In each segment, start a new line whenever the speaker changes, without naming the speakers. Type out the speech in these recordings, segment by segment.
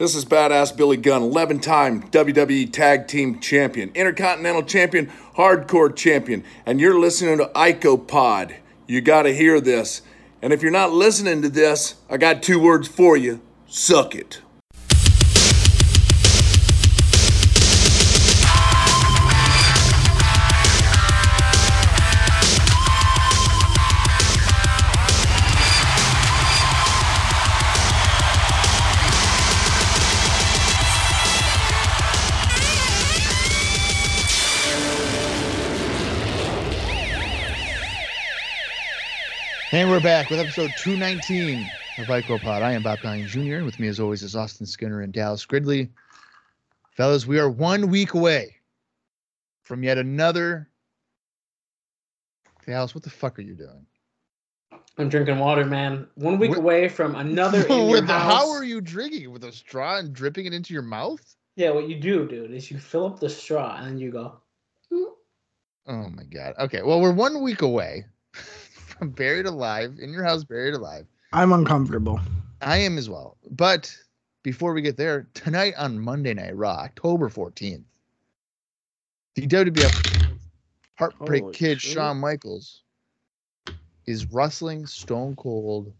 This is badass Billy Gunn, 11 time WWE E Tag Team Champion, Intercontinental Champion, Hardcore Champion, and you're listening to Ico Pod. You got to hear this. And if you're not listening to this, I got two words for you suck it.
And we're back with episode 219 of IcoPod. I am Bob Collins Jr. With me, as always, is Austin Skinner and Dallas Gridley. Fellas, we are one week away from yet another. Dallas, what the fuck are you doing?
I'm drinking water, man. One week
With-
away from another. in your
With the-
house.
How are you drinking? With a straw and dripping it into your mouth?
Yeah, what you do, dude, is you fill up the straw and then you go.
Oh my god. Okay. Well, we're one week away from buried alive in your house, buried alive.
I'm uncomfortable.
I am as well. But before we get there, tonight on Monday Night Raw, October 14th, the WWF Heartbreak
Holy
Kid
shit.
Shawn Michaels is wrestling Stone Cold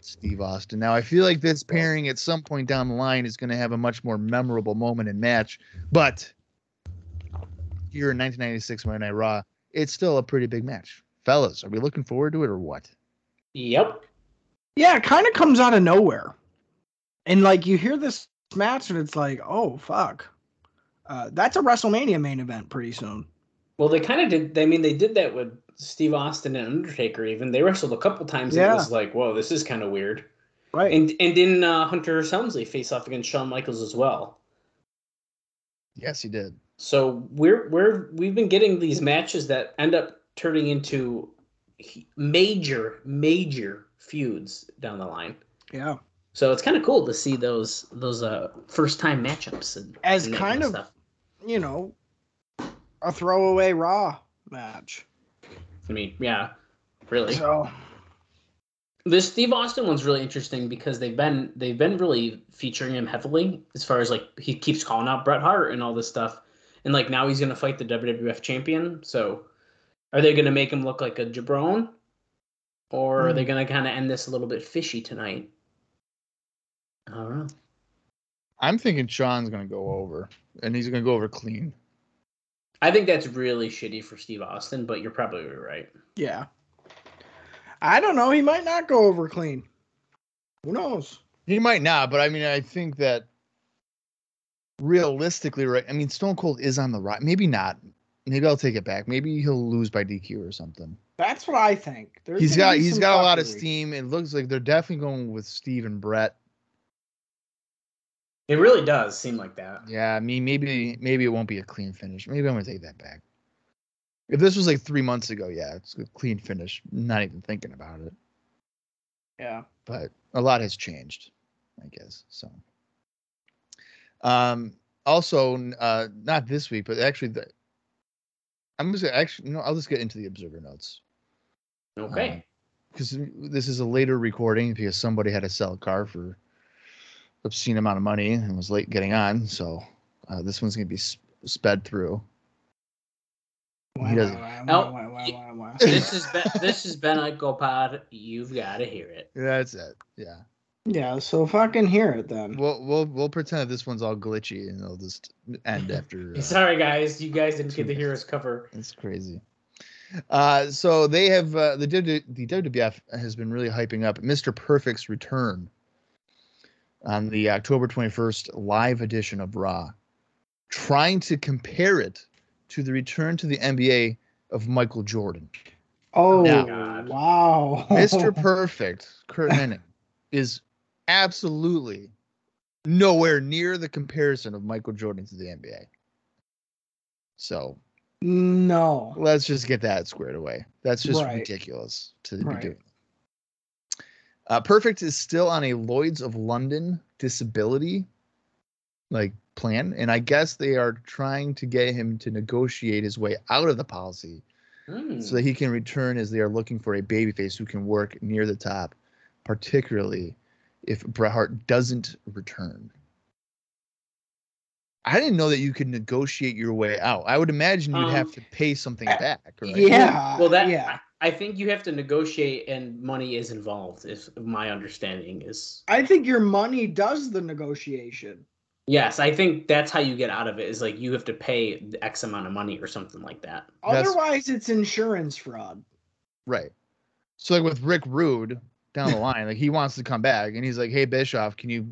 Steve Austin. Now, I feel like this pairing at some point down the line is going to have a much more memorable moment and match, but here in 1996 Monday Night Raw, it's still a pretty big match. Fellas, are we looking forward to it or what?
Yep.
Yeah, it kind of comes out of nowhere. And like you hear this match and it's like, oh fuck. Uh, that's a WrestleMania main event pretty soon.
Well, they kind of did. I mean, they did that with Steve Austin and Undertaker. Even they wrestled a couple times. And
Yeah.
it was like, whoa, this is kind of weird.
Right.
And and didn't uh, Hunter S. Helmsley face off against Shawn Michaels as well?
Yes, he did.
So we're we're we've been getting these matches that end up turning into he- major major feuds down the line.
yeah.
So it's kind of cool to see those those uh first time matchups and
As
and that
kind
of
of- You know, a throwaway raw match.
I mean, yeah, really.
So
This Steve Austin one's really interesting because they've been they've been really featuring him heavily as far as like he keeps calling out Bret Hart and all this stuff, and like now he's gonna fight the WWF champion. So are they gonna make him look like a jabron, or are they gonna kind of end this a little bit fishy tonight? I don't know.
I'm thinking Sean's gonna go over, and he's gonna go over clean.
I think that's really shitty for Steve Austin, but you're probably right.
yeah. I don't know, he might not go over clean. Who knows?
He might not, but I mean, I think that realistically, right? I mean, Stone Cold is on the right. Maybe not. Maybe I'll take it back. Maybe he'll lose by DQ or something.
That's what I think. There's
he's
gonna
got
be
he's
some
got a lot of
fuckery.
steam. It looks like they're definitely going with Steve and Brett.
It really does seem like that.
Yeah, I mean, maybe maybe it won't be a clean finish. Maybe I'm gonna take that back. If this was like three months ago, yeah, it's a clean finish. Not even thinking about it.
Yeah.
but a lot has changed, I guess. So, um, also, n- uh, not this week, but actually, the, I'm just gonna actually, no, I'll just get into the observer notes
Okay.
Um, because this is a later recording because somebody had to sell a car for obscene amount of money and was late getting on. So, uh, this one's gonna be sp- sped through.
Why,
He
why,
doesn't-
why,
Oh,
why, why, why, why?
this has been this has been a GoPod. You've got to hear it.
That's it. Yeah.
Yeah, so fucking hear it then.
We'll we'll we'll pretend that this one's all glitchy and it'll just end after. uh,
Sorry, guys, you guys didn't get to hear us cover.
It's crazy. Uh, so they have uh, the W- the WWF has been really hyping up Mr. Perfect's return on the October 21st live edition of Raw, trying to compare it to the return to the NBA of Michael Jordan.
Oh
Yeah.
God.
wow,
Mr. Perfect, Kurt Hennig, is absolutely nowhere near the comparison of Michael Jordan to the NBA. So
no,
Let's just get that squared away. That's just
Right.
ridiculous to
Right.
be doing. Uh, Perfect is still on a Lloyd's of London disability like plan, and I guess they are trying to get him to negotiate his way out of the policy
Hmm.
so that he can return as they are looking for a babyface who can work near the top, particularly if Bret Hart doesn't return. I didn't know that you could negotiate your way out. I would imagine you'd
Um,
have to pay something
I-
back, right?
Yeah.
Well, that
yeah.
I think you have to negotiate, and money is involved. If my understanding is
I think your money does the negotiation.
yes, I think that's how you get out of it. Is like you have to pay the X amount of money or something like that.
That's-
Otherwise, it's insurance fraud.
Right. So like with Rick Rude down the line, like he wants to come back and he's like, Hey Bischoff, can you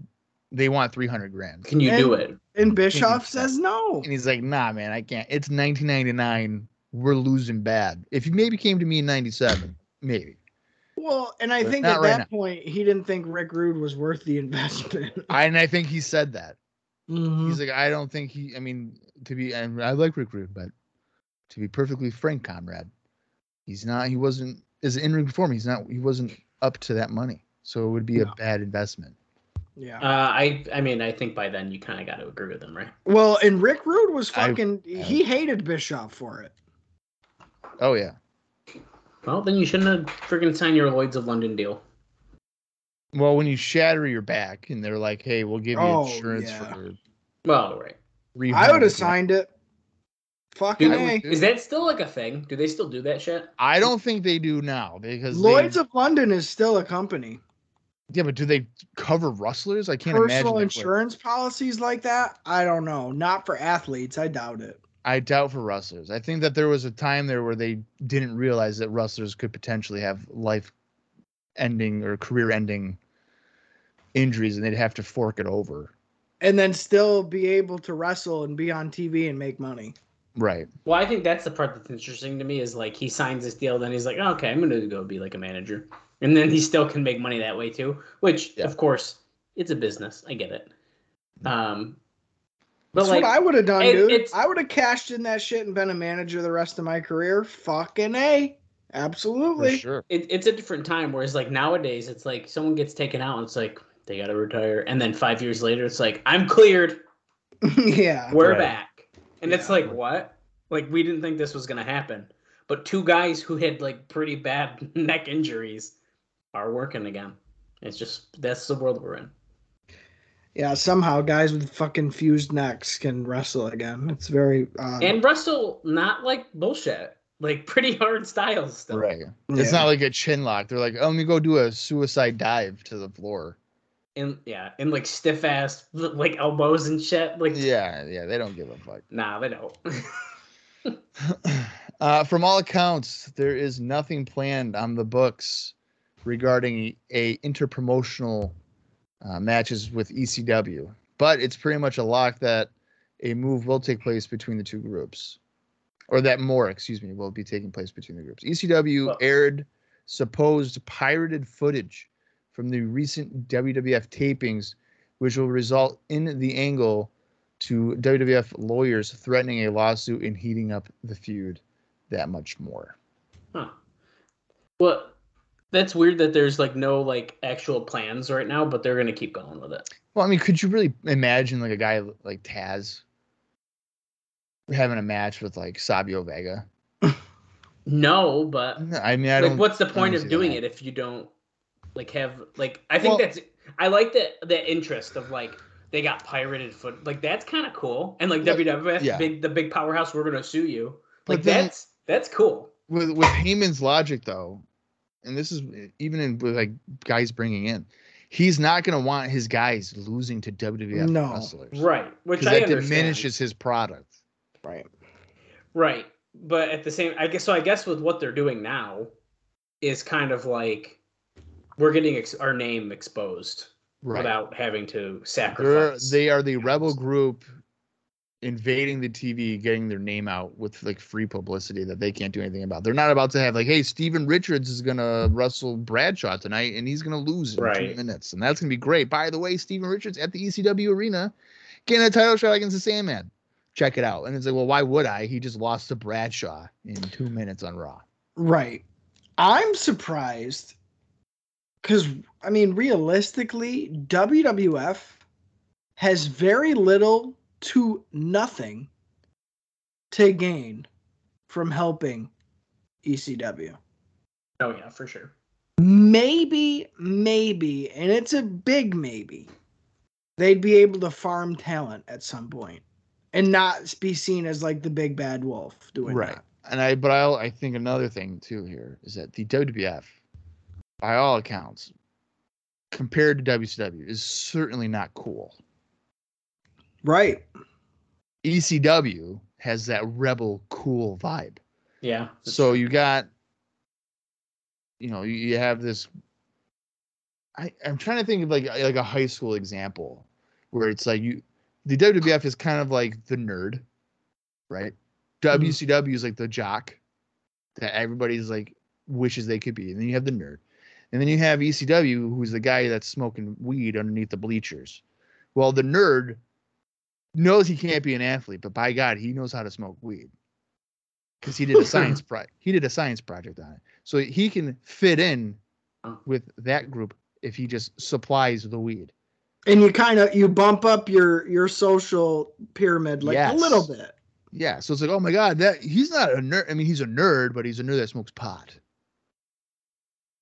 they want three hundred grand.
Can you do
And-
it?
Mm-hmm.
And Bischoff says no.
And he's like, Nah, man, I can't. It's nineteen ninety nine. We're losing bad. If you maybe came to me in ninety seven, maybe.
Well, and I
But
think
not
at
right
that
now.
point, he didn't think Rick Rude was worth the investment.
I, and I think he said that.
Mhm.
He's like, I don't think he I mean, to be and I like Rick Rude, but to be perfectly frank, comrade, he's not he wasn't as in ring form, he's not he wasn't up to that money. So it would be a
No.
bad investment.
Yeah.
Uh, I I mean, I think by then you kind of got to agree with them, right?
Well, and Rick Rude was
I-
fucking. he hated Bischoff for it.
Oh yeah.
Well, then you shouldn't have freaking signed your Lloyd's of London deal.
Well, when you shatter your back and they're like, hey, we'll give you
Oh,
insurance
yeah.
for
Well, right.
three.
I would have signed it. Fucking
Dude,
a.
Is that still like a thing? Do they still do that shit?
I don't think they do now because
Lloyd's
they,
of London is still a company.
yeah, but do they cover rustlers? I can't imagine.
Personal
they would.
insurance policies like that, I don't know. Not for athletes, I doubt it.
I doubt for rustlers. I think that there was a time there where they didn't realize that rustlers could potentially have life-ending or career-ending injuries, and they'd have to fork it over.
And then still be able to wrestle and be on TV and make money.
Right.
Well, I think that's the part that's interesting to me is like he signs this deal, then he's like, "Oh, okay, I'm gonna go be like a manager, and then he still can make money that way too. Which,
Yeah.
of course, it's a business. I get it. Um, but
That's
like,
what I would have done,
it-
dude.
it's-
I would have cashed in that shit and been a manager the rest of my career. Fucking a,
For
absolutely.
sure.
it, it's a different time. Whereas like nowadays, it's like someone gets taken out, and it's like they gotta retire, and then five years later, it's like I'm cleared,
yeah.
we're
Right.
back, and it's
Yeah.
like what? Like we didn't think this was gonna happen, but two guys who had like pretty bad neck injuries are working again. It's just that's the world we're in.
Uh-huh.
Yeah, somehow guys with fucking fused necks can wrestle again. It's very odd.
and wrestle not like bullshit, like pretty hard styles stuff.
Right.
Yeah.
It's not like a chin lock. They're like, oh, let me go do a suicide dive to the floor.
And yeah, and like stiff ass like elbows and shit. Like
Yeah, yeah, they don't give a fuck.
nah, they don't.
uh, from all accounts, there is nothing planned on the books regarding a interpromotional uh, matches with ECW, but it's pretty much a lock that a move will take place between the two groups, or that more, excuse me, will be taking place between the groups. ECW
Well-
aired supposed pirated footage from the recent WWF tapings, which will result in the angle to WWF lawyers threatening a lawsuit and heating up the feud that much more.
huh. Well, that's weird that there's like no like actual plans right now, but they're gonna keep going with it.
Well, I mean, could you really imagine like a guy like Taz having a match with like Sabio Vega?
No, but
No, I mean, I
like
don't.
what's the
I
point
don't
of
see
doing
that.
it if you don't like have like I think
Well-
that's I like that the interest of like they got pirated foot like that's kind of cool and like
Yeah,
WWF
yeah.
big the big powerhouse we're gonna sue you
But
like
then-
that's that's cool
with with Heyman's logic though, and this is even in with like guys bringing in, he's not gonna want his guys losing to WWF
No.
wrestlers,
right which
'Cause
I
that
understand.
diminishes his product.
right.
right but at the same I guess so I guess with what they're doing now is kind of like we're getting ex- our name exposed without having to
They're,
sacrifice
they are the rebel group invading the TV, getting their name out with like free publicity that they can't do anything about. They're not about to have like, hey, Steven Richards is gonna wrestle Bradshaw tonight and he's gonna lose in two
Right.
minutes. And that's gonna be great. By the way, Steven Richards at the ECW arena getting a title shot against the Sandman. Check it out. And it's like, well, why would I? He just lost to Bradshaw in two minutes on Raw.
Right. I'm surprised because, I mean, realistically, WWF has very little to nothing to gain from helping E ECW.
oh yeah for sure
Maybe, maybe, and it's a big maybe, they'd be able to farm talent at some point. and not be seen as like the big bad wolf doing
Right.
that.
And I, but I, I think another thing too here is that the WWF, by all accounts, compared to WCW, is certainly not cool.
Right.
ECW E has that rebel cool vibe.
Yeah.
So you got, you know, you- you have this. I, I'm trying to think of like like a high school example where it's like you, the WWF is kind of like the nerd, right? WCW is like the jock that everybody's like wishes they could be, and then you have the nerd, and then you have ECW, who's the guy that's smoking weed underneath the bleachers. Well, the nerd knows he can't be an athlete, but by God, he knows how to smoke weed because he did a science pro- he did a science project on it. So he can fit in with that group if he just supplies the weed.
And you kind of you bump up your your social pyramid like
Yes.
a little bit.
Yeah, so it's like, oh my God, that he's not a nerd. I mean, he's a nerd, but he's a nerd that smokes pot.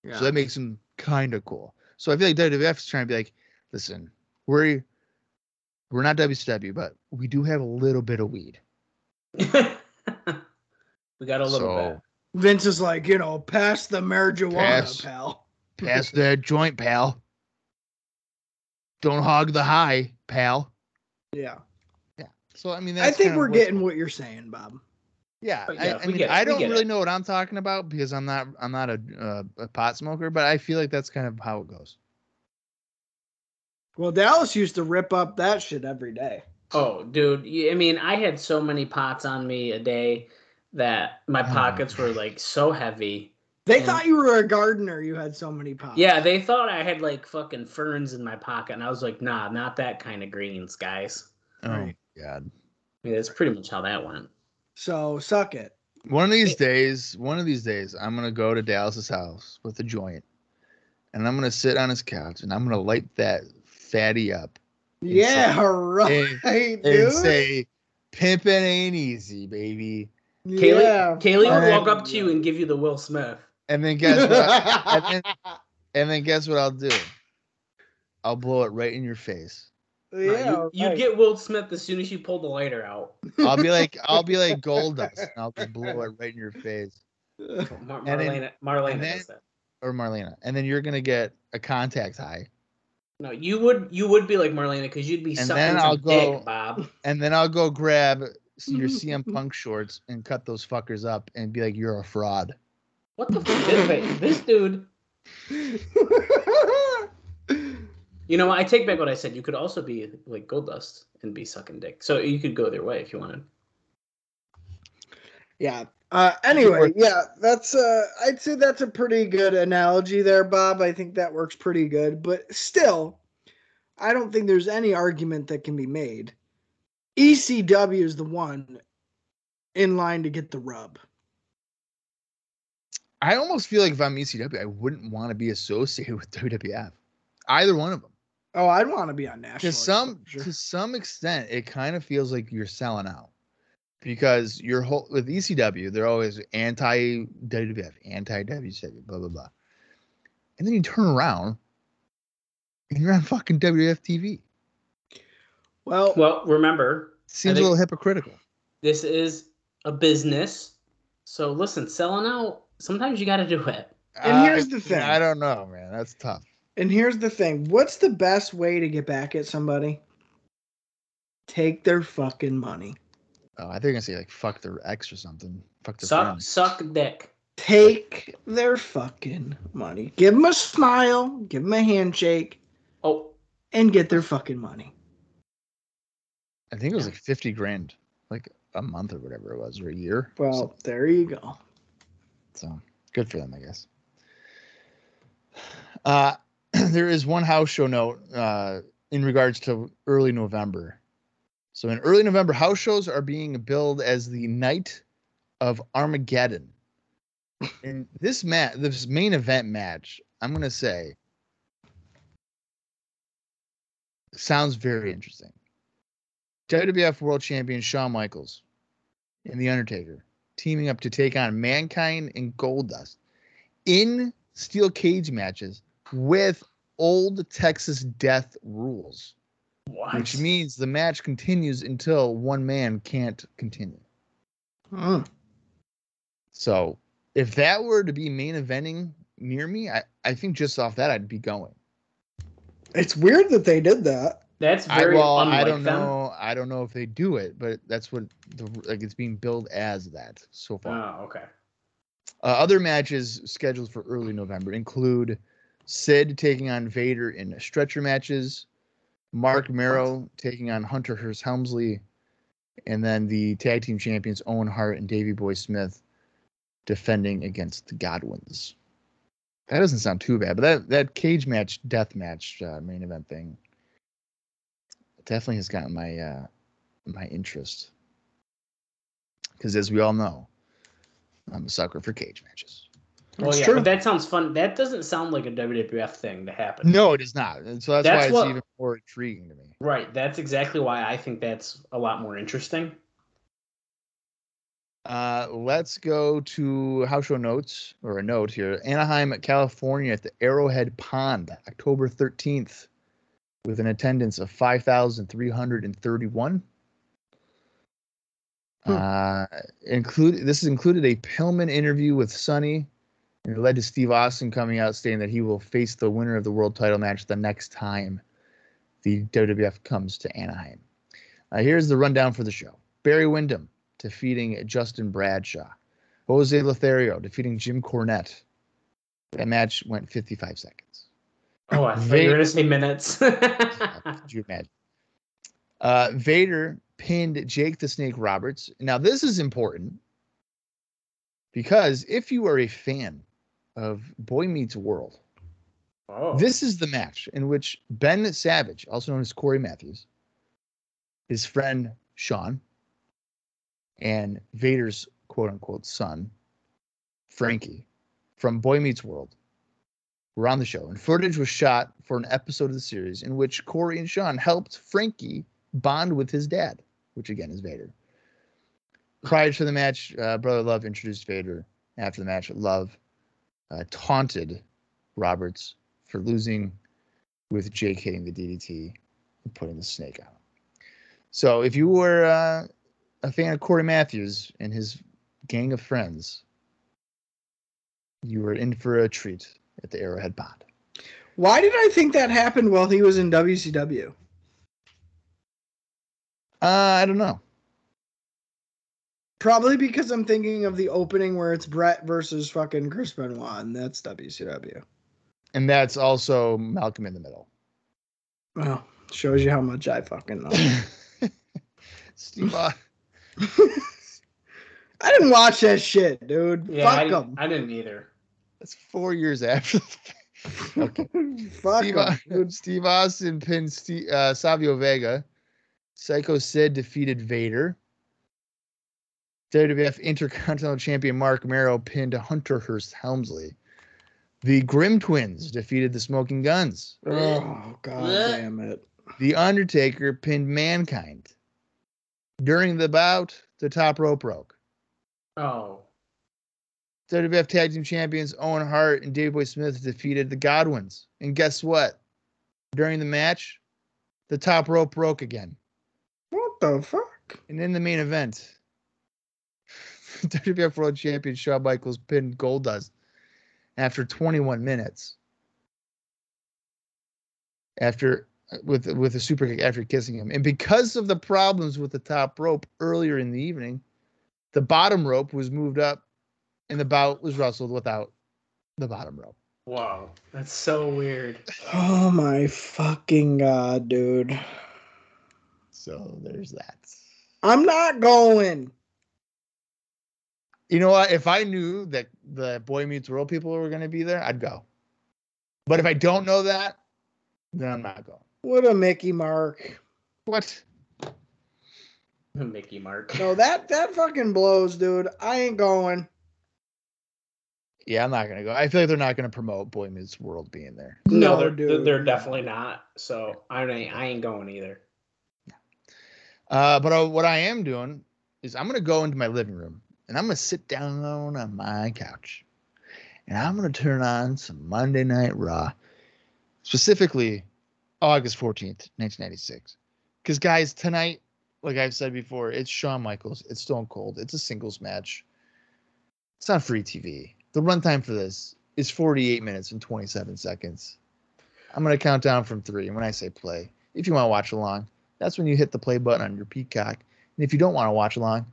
Yeah.
So that makes him kind of cool. So I feel like WWF is trying to be like, listen, we're we're not WCW, but we do have a little bit of weed.
we got a little
So-
bit.
Vince is like, you know, pass the marijuana,
Pass.
pal.
Pass that joint, pal. Don't hog the high, pal.
Yeah.
So I mean,
I
that's
think
kinda
we're
what's-
getting what you're saying, Bob.
Yeah,
But
I,
yeah,
I
we
mean,
get it,
I
we
don't
get
really
it.
know what I'm talking about because I'm not I'm not a, uh, a pot smoker, but I feel like that's kind of how it goes.
Well, Dallas used to rip up that shit every day.
Oh, dude. you- I mean, I had so many pots on me a day that my
Oh.
pockets were like so heavy.
They
Mm.
thought you were a gardener. You had so many pots.
Yeah, they thought I had like fucking ferns in my pocket, and I was like, nah, not that kind of greens, guys.
Oh
Right.
God!
I mean, that's pretty much how that went.
So suck it.
One of these days, one of these days, I'm gonna go to Dallas's house with a joint, and I'm gonna sit on his couch and I'm gonna light that fatty up
Yeah, right, Oh, dude.
and say, "Pimpin' ain't easy, baby."
Kaylee,
yeah,
Kaylee would
fucking
walk up to you and give you the Will Smith.
And then guess what? and, then, and then guess what I'll do? I'll blow it right in your face.
Nah,
yeah,
you, you'd
right.
get Will Smith as soon as you pulled the lighter out.
I'll be like, I'll be like gold dust, and I'll just blow it right in your face,
Mar-
And then-
Marlena, Marlena
and then-
does that.
or Marlena, and then you're gonna get a contact high,
No, you would you would be like Marlena because you'd be
And
sucking
then
some
I'll go-
dick, Bob.
and then I'll go grab your CM Punk shorts and cut those fuckers up and be like, you're a fraud.
What the fuck? This, wait, this dude. You know, what? I take back what I said. You could also be like Gold Dust and be sucking dick. So you could go their way if you wanted.
yeah. Uh, anyway, yeah, that's uh, I'd say that's a pretty good analogy there, Bob. I think that works pretty good, but still, I don't think there's any argument that can be made. ECW is the one in line to get the rub.
I almost feel like if I'm ECW, I wouldn't want to be associated with WWF, either one of them.
Oh, I'd want to be on
to
national.
some
exposure.
to some extent it kind of feels like you're selling out because your whole with ECW they're always anti WWF anti WCW blah blah blah and then you turn around and you're on fucking WWF TV
well,
Well, remember,
seems
think-
a little hypocritical
this is a business. So listen, selling out. Sometimes you got to do it.
And here's the thing.
Uh, I don't know man that's tough
And here's the thing what's the best way to get back at somebody? Take their fucking money.
oh, I think I'm gonna say like fuck their ex or something fuck their
Suck,
friends.
suck dick.
Take their fucking money. Give them a smile, give them a handshake,
Oh,
and get their fucking money.
I think it was like 50 grand like a month or whatever it was or a year
Well, there you go.
So good for them, I guess. Uh, there is one house show note uh, in regards to early November. So in early November, house shows are being billed as the night of Armageddon. And this match, this main event match, I'm gonna say, sounds very interesting. WWF World Champion Shawn Michaels and The Undertaker teaming up to take on Mankind and Goldust in steel cage matches with old Texas death rules.
What?
which means the match continues until one man can't continue.
Mm.
So if that were to be main eventing near me, I, I think just off that I'd be going.
It's weird that they did that.
That's
I,
very
well,
unlike
I don't
them.
know. I don't know if they do it, but that's what the like it's being billed as that so far.
Oh, okay.
Uh, other matches scheduled for early November include Sid taking on Vader in stretcher matches, Mark Merrow taking on Hunter Hearst Helmsley, and then the tag team champions Owen Hart and Davey Boy Smith defending against the Godwins. That doesn't sound too bad, but that, that cage match, death match, uh, main event thing definitely has gotten my uh, my interest. Because as we all know, I'm a sucker for cage matches.
Well,
It's
yeah,
true.
but that sounds fun. That doesn't sound like a WWF thing to happen.
No, it is not. And so that's,
That's
why it's
what-
even more intriguing to me.
Right. That's exactly why I think that's a lot more interesting.
Uh, let's go to house show notes or a note here. Anaheim, California, at the Arrowhead Pond, October 13th, with an attendance of 5,331.
Hmm.
Uh, include this included a Pillman interview with Sonny, and it led to Steve Austin coming out stating that he will face the winner of the world title match the next time the WWF comes to Anaheim. Uh, here's the rundown for the show: Barry Windham defeating Justin Bradshaw, Jose Lothario defeating Jim Cornette. That match went 55 seconds.
Oh, I thought you were going to say minutes.
Could you imagine? Uh, Vader pinned Jake the Snake Roberts. Now, this is important because if you are a fan of Boy Meets World,
oh.
this is the match in which Ben Savage, also known as Corey Matthews, his friend Sean, and Vader's quote unquote son, Frankie, from Boy Meets World, were on the show. And footage was shot for an episode of the series in which Corey and Sean helped Frankie bond with his dad, which again is Vader. Prior to the match, uh, Brother Love introduced Vader. After the match, Love uh, taunted Roberts for losing with Jake hitting the DDT and putting the snake out. So if you were uh, a fan of Corey Matthews and his gang of friends, you were in for a treat at the Arrowhead Pond.
Why did I think that happened while he was in WCW?
Uh, I don't know.
Probably because I'm thinking of the opening where it's Brett versus fucking Chris Benoit, and that's WCW.
And that's also Malcolm in the Middle.
Well, shows you how much I fucking know.
Steve, uh, Au-
I didn't watch that shit, dude.
yeah, I,
Fuck
didn't-
them.
I didn't either.
that's four years after. the fact. Okay.
Fuck
Steve,
'em,
Au-
dude.
Steve Austin pinned Steve, uh, Savio Vega. Psycho Sid defeated Vader. WWF Intercontinental Champion Mark Merrow pinned Hunter Hearst Helmsley. The Grim Twins defeated the Smoking Guns.
Oh god damn it.
The Undertaker pinned Mankind. During the bout, the top rope broke.
Oh.
WWF Tag Team Champions Owen Hart and Davey Boy Smith defeated the Godwins. And guess what? During the match, the top rope broke again.
What the fuck?
And in the main event, WWF World Champion Shawn Michaels pinned Goldust after 21 minutes. After with with a super kick after kissing him, and because of the problems with the top rope earlier in the evening, the bottom rope was moved up, and the bout was wrestled without the bottom rope.
Wow. That's so weird.
Oh my fucking god, dude.
So there's that.
I'm not going.
You know what? If I knew that the Boy Meets World people were going to be there, I'd go. But if I don't know that, then I'm not going.
What a Mickey Mark.
What?
Mickey Mark.
Oh,
No, that that fucking blows, dude. I ain't going.
Yeah, I'm not going to go. I feel like they're not going to promote Boy Meets World being there.
No,
No,
they're,
dude.
they're definitely not. So I ain't, I ain't going either.
Uh, but uh, what I am doing is I'm going to go into my living room and I'm going to sit down on my couch and I'm going to turn on some Monday Night Raw, specifically August 14th, 1996. Because, guys, tonight, like I've said before, it's Shawn Michaels, it's Stone Cold, it's a singles match. It's not free TV. The runtime for this is 48 minutes and 27 seconds. I'm going to count down from three. And when I say play, if you want to watch along, that's when you hit the play button on your Peacock. And if you don't want to watch along,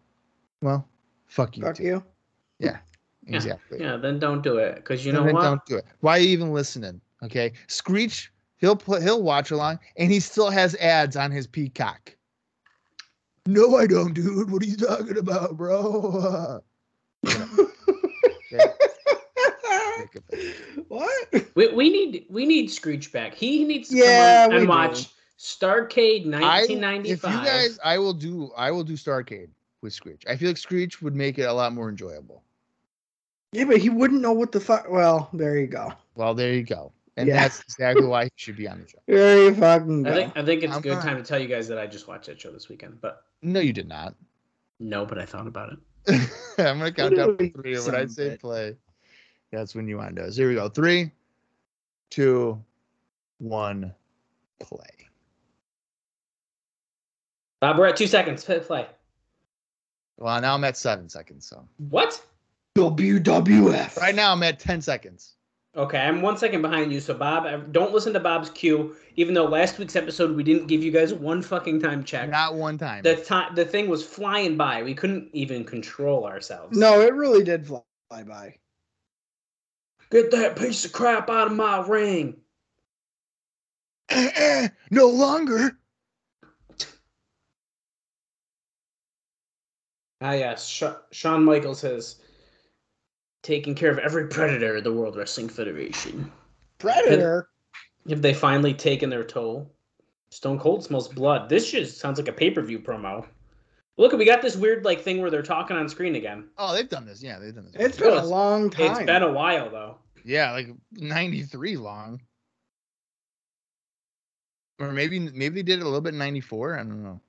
well, fuck you.
Fuck
too.
you.
Yeah, exactly.
Yeah, then don't do it because you
And
know
then
what?
Don't do it. Why are you even listening? Okay, Screech, he'll put, he'll watch along, and he still has ads on his Peacock. No, I don't, dude. What are you talking about, bro? Think of it.
what?
We, we need we need Screech back. He needs to come
Yeah,
on
we
and
do.
watch Starcade
I,
1995.
if you guys, I will do, I will do Starcade with Screech. I feel like Screech would make it a lot more enjoyable.
Yeah, but he wouldn't know what the fuck. Well, there you go.
Well, there you go, and
Yeah.
that's exactly why he should be on the show.
There you fucking
I
go.
think I think it's
I'm
a good
not-
time to tell you guys that I just watched that show this weekend, but
No, you did not.
no, but I thought about it.
I'm gonna count down from
Literally,
three. and
son
When I
of a
say
bitch.
play, that's when you undoes. Here we go. Three, two, one, play.
Bob, we're at two seconds. Play. play.
Well, now I'm at seven seconds. So
What?
WWF.
right now I'm at ten seconds.
Okay, I'm one second behind you. So Bob, I- don't listen to Bob's cue. Even though last week's episode we didn't give you guys one fucking time check.
Not one time.
The time the thing was flying by. We couldn't even control ourselves.
No, it really did fly by.
Get that piece of crap out of my ring.
Eh, eh, no longer.
Ah, yes. Sha Shawn Michaels has taken care of every predator of the World Wrestling Federation.
Predator.
Have they finally taken their toll? Stone Cold smells blood. This just sounds like a pay per view promo. Look, we got this weird like thing where they're talking on screen again.
Oh, they've done this. Yeah, they've done this.
It's been a
It's-
long time.
It's been a while though.
yeah, like '93 long. Or maybe maybe they did it a little bit in '94. I don't know.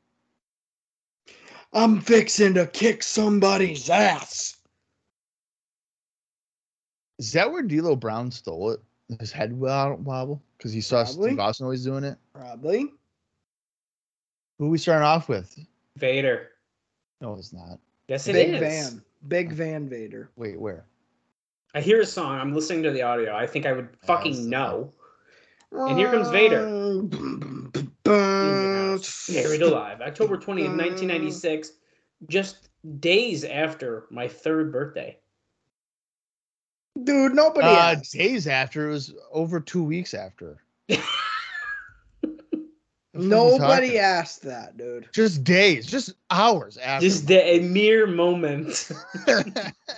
I'm fixing to kick somebody's ass.
Is that where D'Lo Brown stole it? His head wo- wobble because he saw
Probably.
Steve Austin always doing it.
Probably.
Who we starting off with?
Vader.
No, it's not.
Yes, it is.
Big Van. Big Van Vader.
Wait, where?
I hear a song. I'm listening to the audio. I think I would fucking
it's-
know. And here comes Vader. Buried Alive, October 20th, 1996, just days after my third birthday.
Dude, nobody
Uh,
asked.
days after it was over two weeks after. What are you
Nobody
talking-
asked that, dude.
Just days, just hours after.
Just da- a mere moment.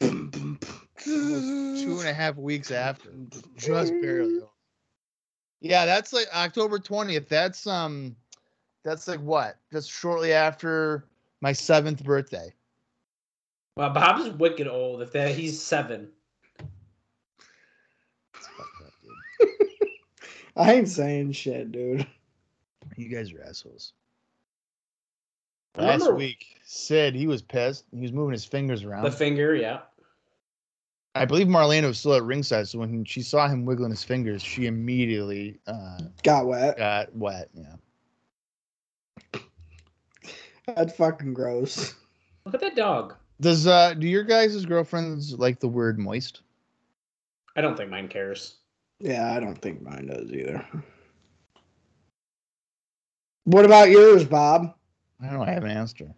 two
Two
and a half weeks after, just barely. over. Yeah, that's like October twentieth. That's um, that's like what? Just shortly after my seventh birthday.
wow, Bob's wicked old. If that he's seven.
It's fucked up, dude.
I ain't saying shit, dude.
You guys are assholes.
I
Last
remember
week, Sid, he was pissed. He was moving his fingers around.
the finger, yeah.
I believe Marlena was still at ringside, so when she saw him wiggling his fingers, she immediately uh,
Got wet.
got wet. Yeah.
That's fucking gross.
Look at that dog.
Does uh do your guys' girlfriends like the word moist?
I don't think mine cares.
Yeah, I don't think mine does either. What about yours, Bob?
I don't know. I haven't asked her.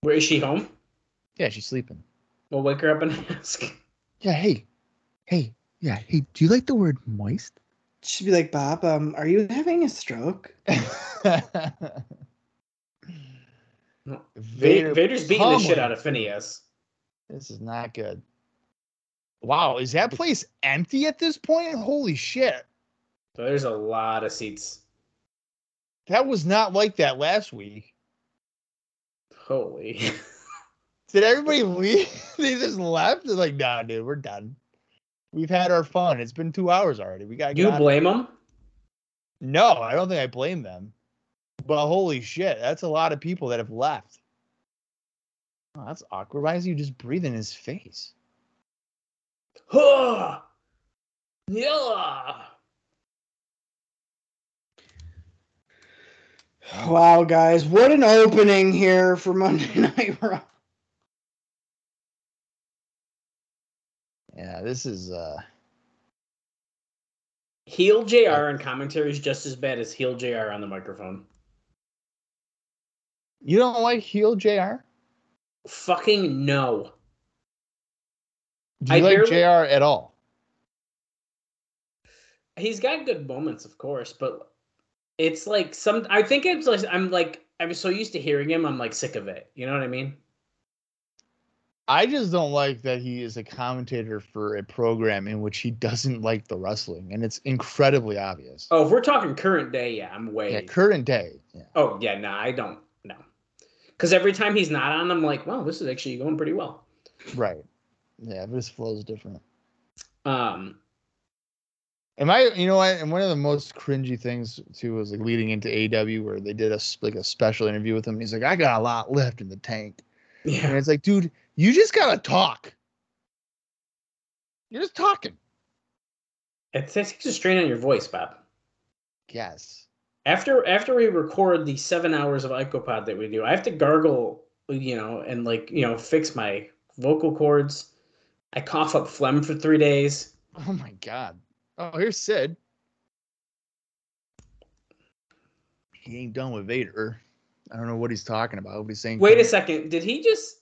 Where is she home?
Yeah, she's sleeping.
We'll wake her up and ask.
Yeah. Hey. Hey. Yeah. Hey. Do you like the word moist?
She'd be like, Bob, um, are you having a stroke?
Vader, Vader's beating the shit
pummeling.
out of Phineas.
This is not good. Wow, is that place empty at this point? Holy shit.
So there's a lot of seats.
That was not like that last week.
Holy.
Did everybody leave? they just left? They're like, nah, dude, we're done. We've had our fun. It's been two hours already. We got
Do you
got
blame him?
No, I don't think I blame them. But holy shit, that's a lot of people that have left. Oh, that's awkward. Why is he just breathing in his face?
Huh. Yeah.
Wow, guys, what an opening here for Monday Night Raw.
Yeah, this is uh
Heel JR on commentary is just as bad as heel JR on the microphone.
you don't like heel JR?
Fucking no.
Do you
I
like
barely-
JR at all?
He's got good moments, of course, but it's like some. I think it's like I'm like I'm so used to hearing him. I'm like sick of it. You know what I mean?
I just don't like that he is a commentator for a program in which he doesn't like the wrestling, and it's incredibly obvious.
Oh, if we're talking current day, yeah, I'm way.
yeah, current day. Yeah.
Oh yeah, no, I don't know. Because every time he's not on, I'm like, wow, this is actually going pretty well.
Right. Yeah, this flows different.
Um,
Am I? You know what? And one of the most cringy things too was like leading into AW where they did a s- like a special interview with him. And he's like, "I got a lot left in the tank," and
yeah,
it's like, dude, you just gotta talk. You're just talking.
it takes a strain on your voice, Bob.
Yes.
After after we record the seven hours of Icopod that we do, I have to gargle, you know, and like you know, fix my vocal cords. I cough up phlegm for three days.
Oh my god. Oh, here's Sid. He ain't done with Vader. I don't know what he's talking about. But he's saying.
Wait a second, did he just?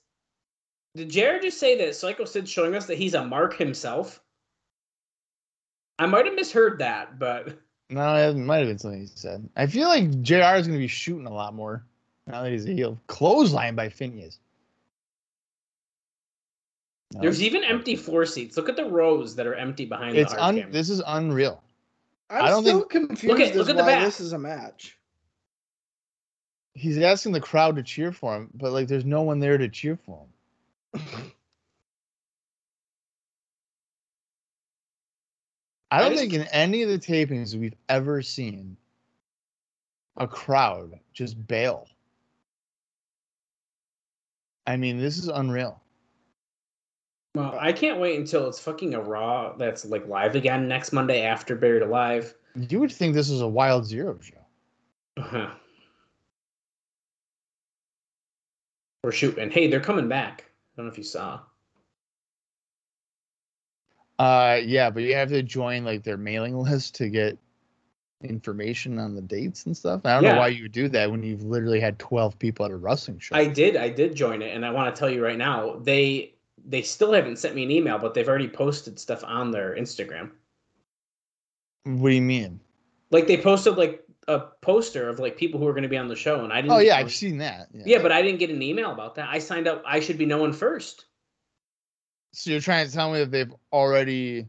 Did Jared just say that Psycho Sid's showing us that he's a mark himself? I might have misheard that, but
No, it might have been something he said. I feel like Jr. is going to be shooting a lot more now that he's a heel. Clothesline by Phineas. No,
there's even empty floor seats. Look at the rows that are empty behind
It's
the hard
un.
camera.
This is unreal.
I'm
I don't
still confused
Look at-
as
look at the
why
back.
this is a match.
He's asking the crowd to cheer for him, but like, there's no one there to cheer for him. I
I
don't
just-
think in any of the tapings we've ever seen a crowd just bail. I mean, this is unreal.
Well, I can't wait until it's fucking a Raw that's like live again next Monday after Buried Alive.
You would think this is a wild zero show.
Uh-huh. We're shooting. Hey, they're coming back. I don't know if you saw.
Uh, yeah, but you have to join like their mailing list to get information on the dates and stuff. I don't
Yeah.
know why you would do that when you've literally had twelve people at a wrestling show.
I did. I did join it, and I want to tell you right now they they still haven't sent me an email, but they've already posted stuff on their Instagram.
what do you mean?
Like they posted like a poster of like people who are going to be on the show, and I didn't.
Oh yeah, I've seen that.
yeah, but I didn't get an email about that. I signed up. I should be known first.
so you're trying to tell me that they've already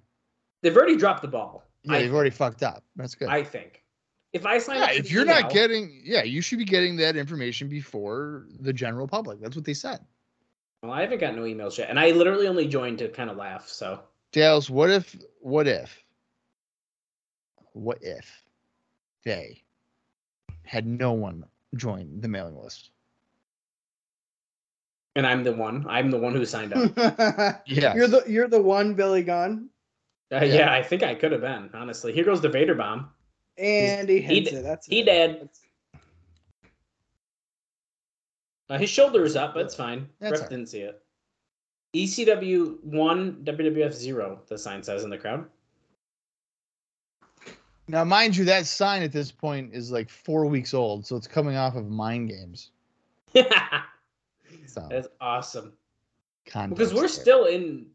They've already dropped the ball.
yeah
I
they've already fucked up. That's good.
I think. If I sign
yeah,
up, for
if
the
you're
email,
not getting yeah, you should be getting that information before the general public. That's what they said.
well, I haven't got no emails yet, and I literally only joined to kind of laugh. So
Dales, what if what if what if they had no one join the mailing list?
and I'm the one. I'm the one who signed up.
you're
Yeah.
the you're the one Billy Gunn,
Hmm.
Uh, yeah. I think I could have been honestly. Here goes the Vader bomb.
and he
he
hits
d-
it. That's
he
it.
dead. Uh, his shoulder's up. That's fine.
That's
Ref
all right.
didn't see it. ECW one, WWF zero. The sign says in the crowd.
Now, mind you, that sign at this point is like four weeks old, so it's coming off of Mind Games.
That's
So
awesome. Because
context
we're
there.
still in.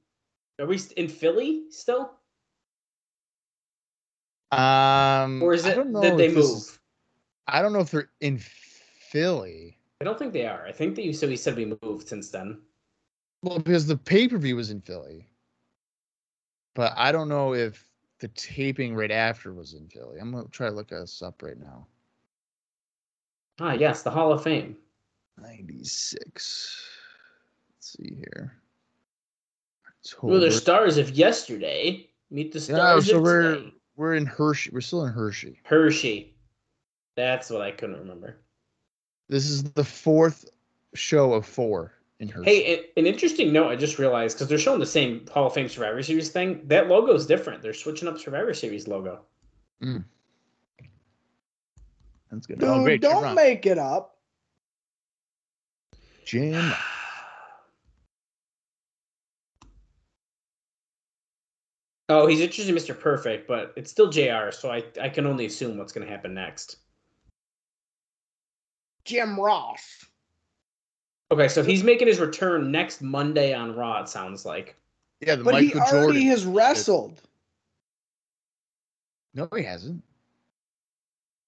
Are we st- in Philly still,
um,
or is
I
it
don't know
that they
if this
move?
is- I don't know if they're in Philly.
I don't think they are. I think that you said we said we moved since then.
Well, because the pay per view was in Philly, but I don't know if the taping right after was in Philly. I'm gonna try to look us up right now.
Ah, yes, the Hall of Fame.
Ninety six. Let's see here.
Who are the
October-
stars of yesterday? Meet the
Oh, yeah,
stars
so
of
we're
today.
we're in Hershey. We're still in Hershey.
Hershey. That's what I couldn't remember.
This is the fourth show of four in her.
Hey, a- an interesting note I just realized because they're showing the same Hall of Fame Survivor Series thing. That logo's different. They're switching up Survivor Series logo.
That's good.
Dude,
oh, great.
don't
Jim Ross.
make it up.
Jim. Ross.
Oh, he's interested in Mr. Perfect, but it's still JR, so I, I can only assume what's going to happen next.
Jim Ross.
Okay, so he's making his return next Monday on Raw, it sounds like.
Yeah, the
But he
Michael
already
Jordan.
has wrestled.
No, he hasn't.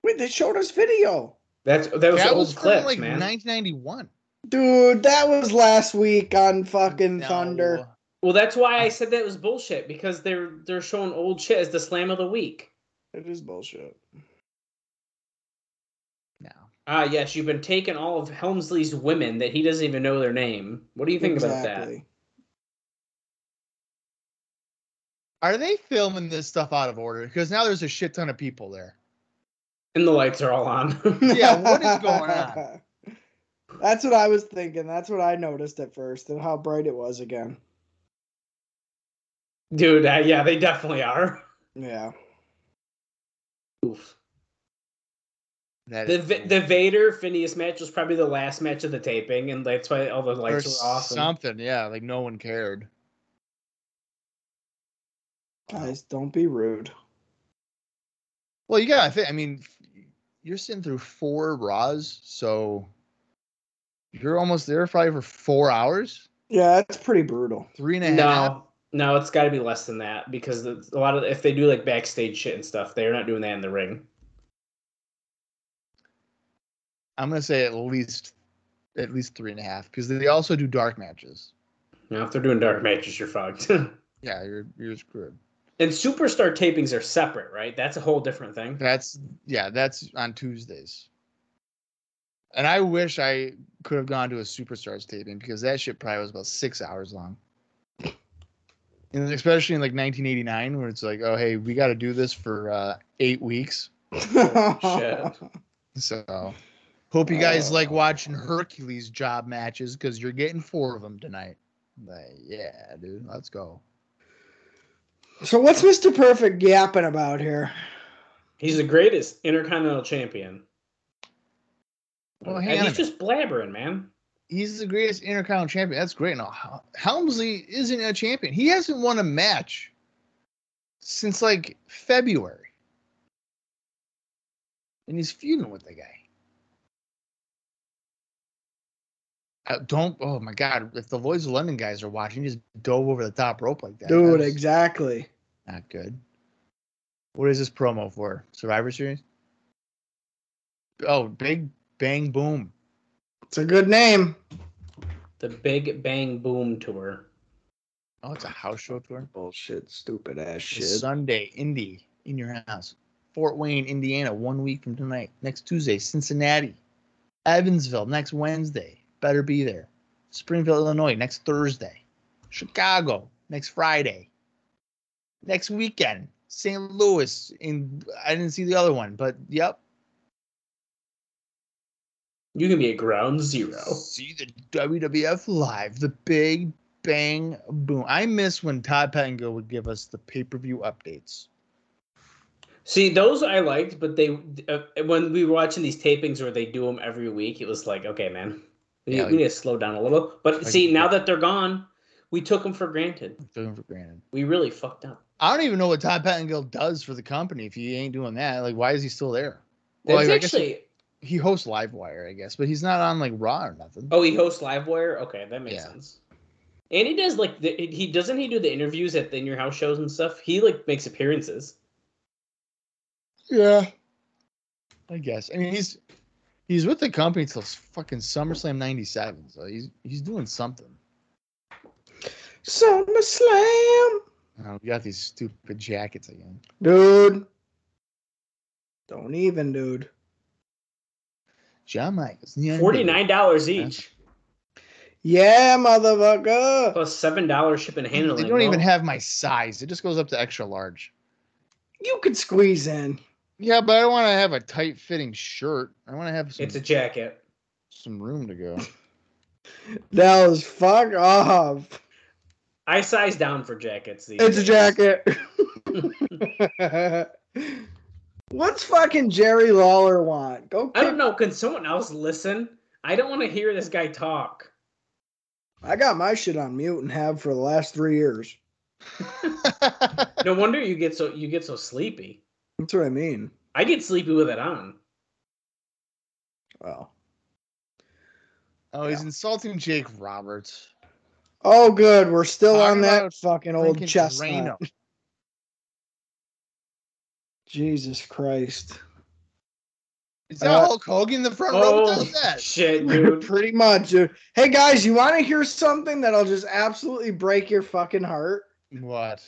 Wait, they showed us video.
That's That was
that
old
was from
clips,
like
man.
1991.
Dude, that was last week on fucking
No.
Thunder.
Well, that's why
Uh,
I said that was bullshit, because they're they're showing old shit as the slam of the week.
It is bullshit.
No.
Ah, yes, you've been taking all of Helmsley's women that he doesn't even know their name. What do you think about that?
Are they filming this stuff out of order? Because now there's a shit ton of people there.
And the lights are all on.
Yeah, what is going on?
That's what I was thinking. That's what I noticed at first, and how bright it was again.
Dude, uh, yeah, they definitely are.
Yeah.
Oof.
That
The,
is
V-
cool.
the Vader Phineas match was probably the last match of the taping, and that's why all the
Or
lights were off. and-
something. Yeah, like no one cared.
Guys, don't be rude.
Well, you gotta think. I mean, you're sitting through four Raws, so you're almost there probably for four hours,
Yeah, that's pretty brutal.
three and a half.
No, no, it's got to be less than that because it's a lot of if they do like backstage shit and stuff, they're not doing that in the ring.
I'm gonna say at least, at least three and a half, because they also do dark matches.
Now, if they're doing dark matches, you're fucked.
Yeah, you're you're screwed.
and superstar tapings are separate, right? That's a whole different thing.
That's yeah, that's on Tuesdays. And I wish I could have gone to a Superstars taping because that shit probably was about six hours long. And especially in like 1989, where it's like, oh hey, we got to do this for uh, eight weeks. So hope you guys like
Oh.
watching Hercules job matches because you're getting four of them tonight. Like, yeah, dude, let's go.
so what's Mr. Perfect yapping about here?
He's the greatest intercontinental champion.
Well,
And
hang on a
he's
minute.
just blabbering, man.
He's the greatest intercontinental champion. That's great. Now Hel- Helmsley isn't a champion. He hasn't won a match since like February, and he's feuding with the guy. Uh, don't. Oh my God! If the Lloyd's of London guys are watching, he just dove over the top rope like that.
Dude,
That's-
exactly.
Not good. What is this promo for? Survivor Series? Oh, Big Bang Boom.
It's a good name.
The Big Bang Boom tour.
Oh, it's a house show tour.
Bullshit, stupid ass
Sunday, Indy, in your house. Fort Wayne, Indiana, one week from tonight. Next Tuesday, Cincinnati. Evansville, next Wednesday. Better be there. Springfield, Illinois, next Thursday. Chicago, next Friday. Next weekend, St. Louis. In I didn't see the other one, but yep,
You can be at ground zero.
See the WWF live, the Big Bang Boom. I miss when Todd Pettingill would give us the pay per view updates.
See, those I liked, but they uh, when we were watching these tapings where they do them every week, it was like, okay, man, we,
Yeah,
we
like-
need to slow down a little. But
Like-
see, now that they're gone, we took them for granted.
I Took them for granted.
We really fucked up.
I don't even know what Todd Pettingill does for the company if he ain't doing that. Like, why is he still there? Well,
That's
I guess he-
actually.
he hosts Livewire, I guess, but he's not on like Raw or nothing.
Oh, he hosts LiveWire. Okay, that makes
Yeah.
sense. And he does like the, he doesn't he do the interviews at the in your house shows and stuff. He like makes appearances.
Yeah, I guess. I mean, he's he's with the company till fucking SummerSlam '97, so he's he's doing something.
SummerSlam.
Oh, we got these stupid jackets again.
Dude. Don't even, dude.
John Michaels, Neon
Forty nine dollars each
Yeah, motherfucker.
plus seven dollars shipping and handling.
They don't even
Well,
have my size. It just goes up to extra large.
You could squeeze in.
Yeah, but I want to have a tight fitting shirt. I want to have some,
It's a jacket.
some room to go.
That was fuck off.
I size down for jackets. These
It's a
days.
jacket. What's fucking Jerry Lawler want? Go.
I
kick-
don't know. Can someone else listen? I don't want to hear this guy talk.
I got my shit on mute and have for the last three years.
No wonder you get so you get so sleepy.
That's what I mean.
I get sleepy with it on.
Well.
oh, he's insulting Jake Roberts.
Oh, good. We're still
Talk
on that
about
fucking old
Freaking
chestnut.
Drano.
Jesus Christ.
Is that
Uh,
Hulk Hogan in the front row? What
Oh
does that?
shit, dude!
Pretty much. dude. Hey guys, you want to hear something that'll just absolutely break your fucking heart?
What?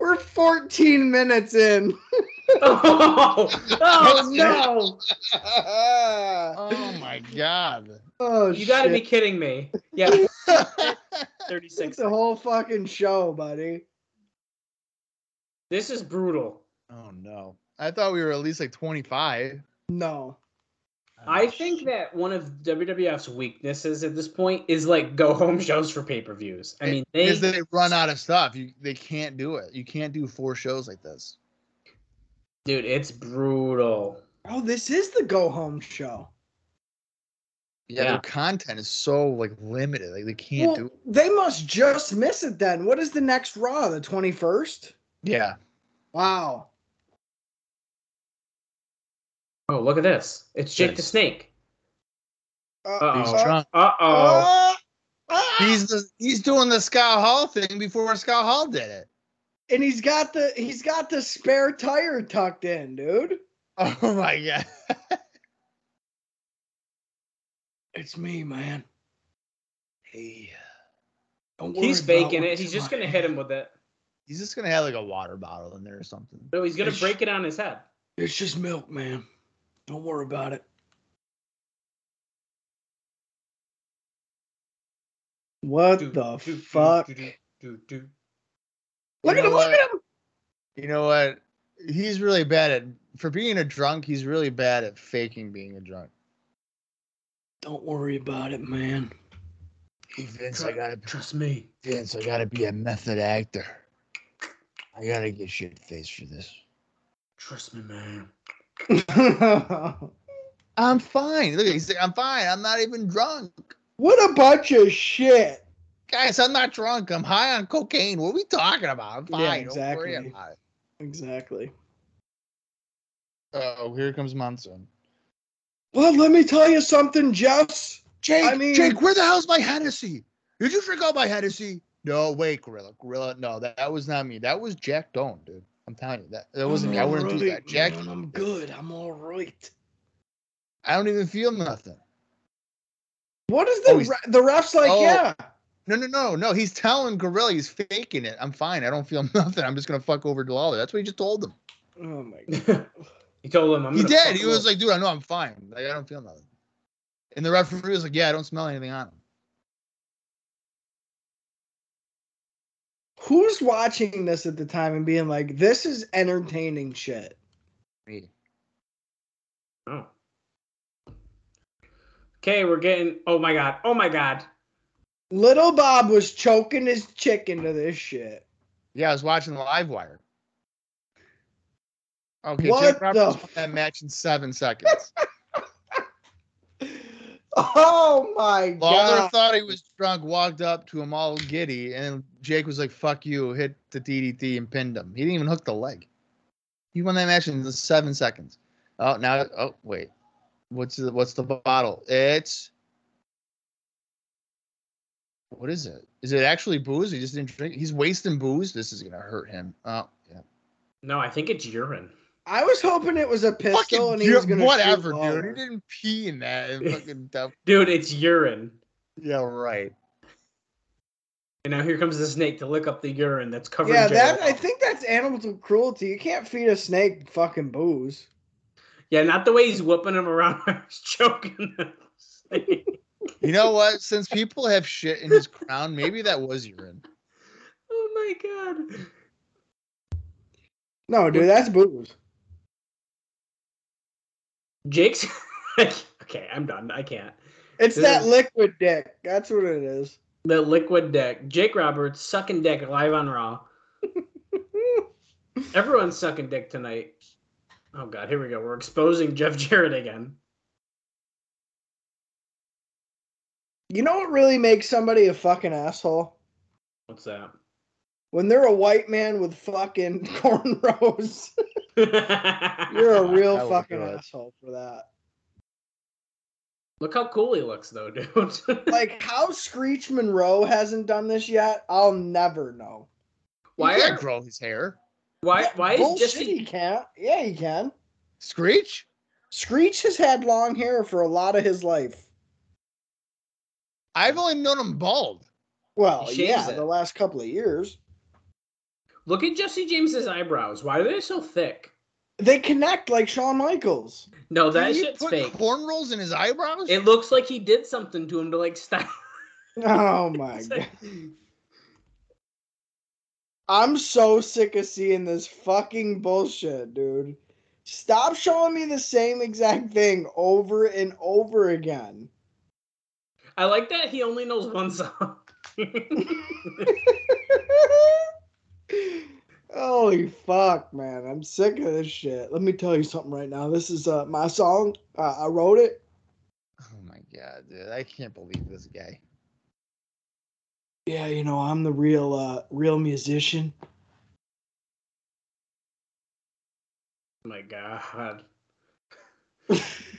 We're 14 minutes in.
oh, oh no!
Oh my god.
Oh,
You gotta be
shit.
kidding me. Yeah, thirty
It's
six.
the whole fucking show, buddy.
This is brutal.
Oh no. I thought we were at least like 25.
No.
I think that one of WWF's weaknesses at this point is like go home shows for pay per views. I mean, they
because they run out of stuff. You they can't do it. You can't do four shows like this.
dude, it's brutal.
Oh, this is the go home show.
Yeah,
Yeah.
their content is so like limited. Like they can't do
Well,
it.
they must just miss it then. What is the next Raw? The 21st?
Yeah.
Wow.
Oh, look at this! It's Jake the Snake.
He's
Uh-oh.
drunk.
Uh oh.
Uh, ah!
He's the, he's doing the Scott Hall thing before Scott Hall did it.
and he's got the he's got the spare tire tucked in, dude.
Oh my god.
It's me, man. Hey. Don't
He's
worry about
faking it.
what's
He's
in
just
my
gonna
hand.
hit him with it.
He's just gonna have like a water bottle in there or something.
No, he's gonna
Ish.
break it on his head.
It's just milk, man. Don't worry about it. What
Do,
the
do, do,
fuck?
do, do, do, do.
Look
You
at him!
know
Look at him!
You know what? He's really bad at for being a drunk, he's really bad at faking being a drunk.
Don't worry about it, man.
Hey Vince,
I
gotta
Trust me.
Vince, I gotta be a method actor. I gotta get shit faced for this.
Trust me, man.
I'm fine. Look, he's like, I'm fine. I'm not even drunk.
what a bunch of shit.
Guys, I'm not drunk. I'm high on cocaine. What are we talking about? I'm
Yeah,
fine. Don't worry
exactly.
about it.
Exactly.
Oh, here comes Monsoon.
Well, let me tell you something, Jess.
Jake,
I mean-
Jake, where the hell's my Hennessy? Did you drink all my Hennessy? No, wait, Gorilla. Gorilla, no, that, that was not me. That was Jack Doan, dude. I'm telling you, that, that wasn't me. I wouldn't do that. Jack,
I'm good. I'm all right.
I don't even feel nothing.
What is the
Oh, he's-
re- the refs like?
Oh.
Yeah,
No, no, no, no. He's telling Gorilla he's faking it. I'm fine. I don't feel nothing. I'm just going to fuck over Lawler. That's what he just told him.
Oh my god.
he told him I'm
He
gonna
did.
fuck
He was
him
like, dude, I know I'm fine. Like, I don't feel nothing. And the referee was like, yeah, I don't smell anything on him.
Who's watching this at the time and being like, this is entertaining shit?
Me.
up. Oh. Okay, we're getting. Oh my god. Oh my god.
Little Bob was choking his chicken to this shit.
Yeah, I was watching the live wire. Okay,
What
Jake Roberts
the-
won that match in seven seconds.
Oh my
Lawler
god.
thought he was drunk, walked up to him all giddy, and Jake was like, fuck you, hit the DDT and pinned him. He didn't even hook the leg. He won that match in seven seconds. Oh, now, oh, wait. What's the, what's the bottle? It's. What is it? Is it actually booze? He just didn't drink. He's wasting booze. This is gonna hurt him. Oh, yeah.
No, I think it's urine.
I was hoping it was a pistol and he was
dude,
gonna
whatever,
shoot
dude.
Lawler.
He didn't pee in that. And fucking dump.
Dude, it's urine.
Yeah, right.
And now here comes the snake to lick up the urine that's covered.
Yeah,
in
that
jello.
I think that's animal cruelty. You can't feed a snake fucking booze.
Yeah, not the way he's whipping him around. I was choking. the snake.
You know what? Since people have shit in his crown, maybe that was urine.
oh my god.
No, dude, that's booze.
Jake's. okay, I'm done. I can't.
It's that
Dude.
liquid dick. That's what it is.
The liquid deck. Jake Roberts sucking dick live on Raw. Everyone's sucking dick tonight. Oh god, here we go. We're exposing Jeff Jarrett again.
You know what really makes somebody a fucking asshole?
What's that?
When they're a white man with fucking cornrows. You're a real
I would
fucking
do it.
asshole for that.
Look how cool he looks though, dude.
Like how Screech Monroe hasn't done this yet, I'll never know.
why
He can't
are,
grow his hair.
why
Yeah,
why is
bullshit
Jesse
he can't? Yeah, he can.
Screech?
Screech has had long hair for a lot of his life.
I've only known him bald.
Well,
He shaves
yeah,
it.
the last couple of years.
Look at Jesse James's eyebrows. Why are they so thick?
They connect like Shawn Michaels.
No, that
Did he
shit's
put
fake.
cornrows in his eyebrows?
It looks like he did something to him to like style.
Oh my
It's
god.
like-
I'm so sick of seeing this fucking bullshit, dude. Stop showing me the same exact thing over and over again.
I like that he only knows one song. Oh
Holy fuck, man. I'm sick of this shit. Let me tell you something right now. This is uh, my song. Uh, I wrote it.
oh my god, dude. I can't believe this guy.
Yeah, you know, I'm the real uh, real musician.
my god.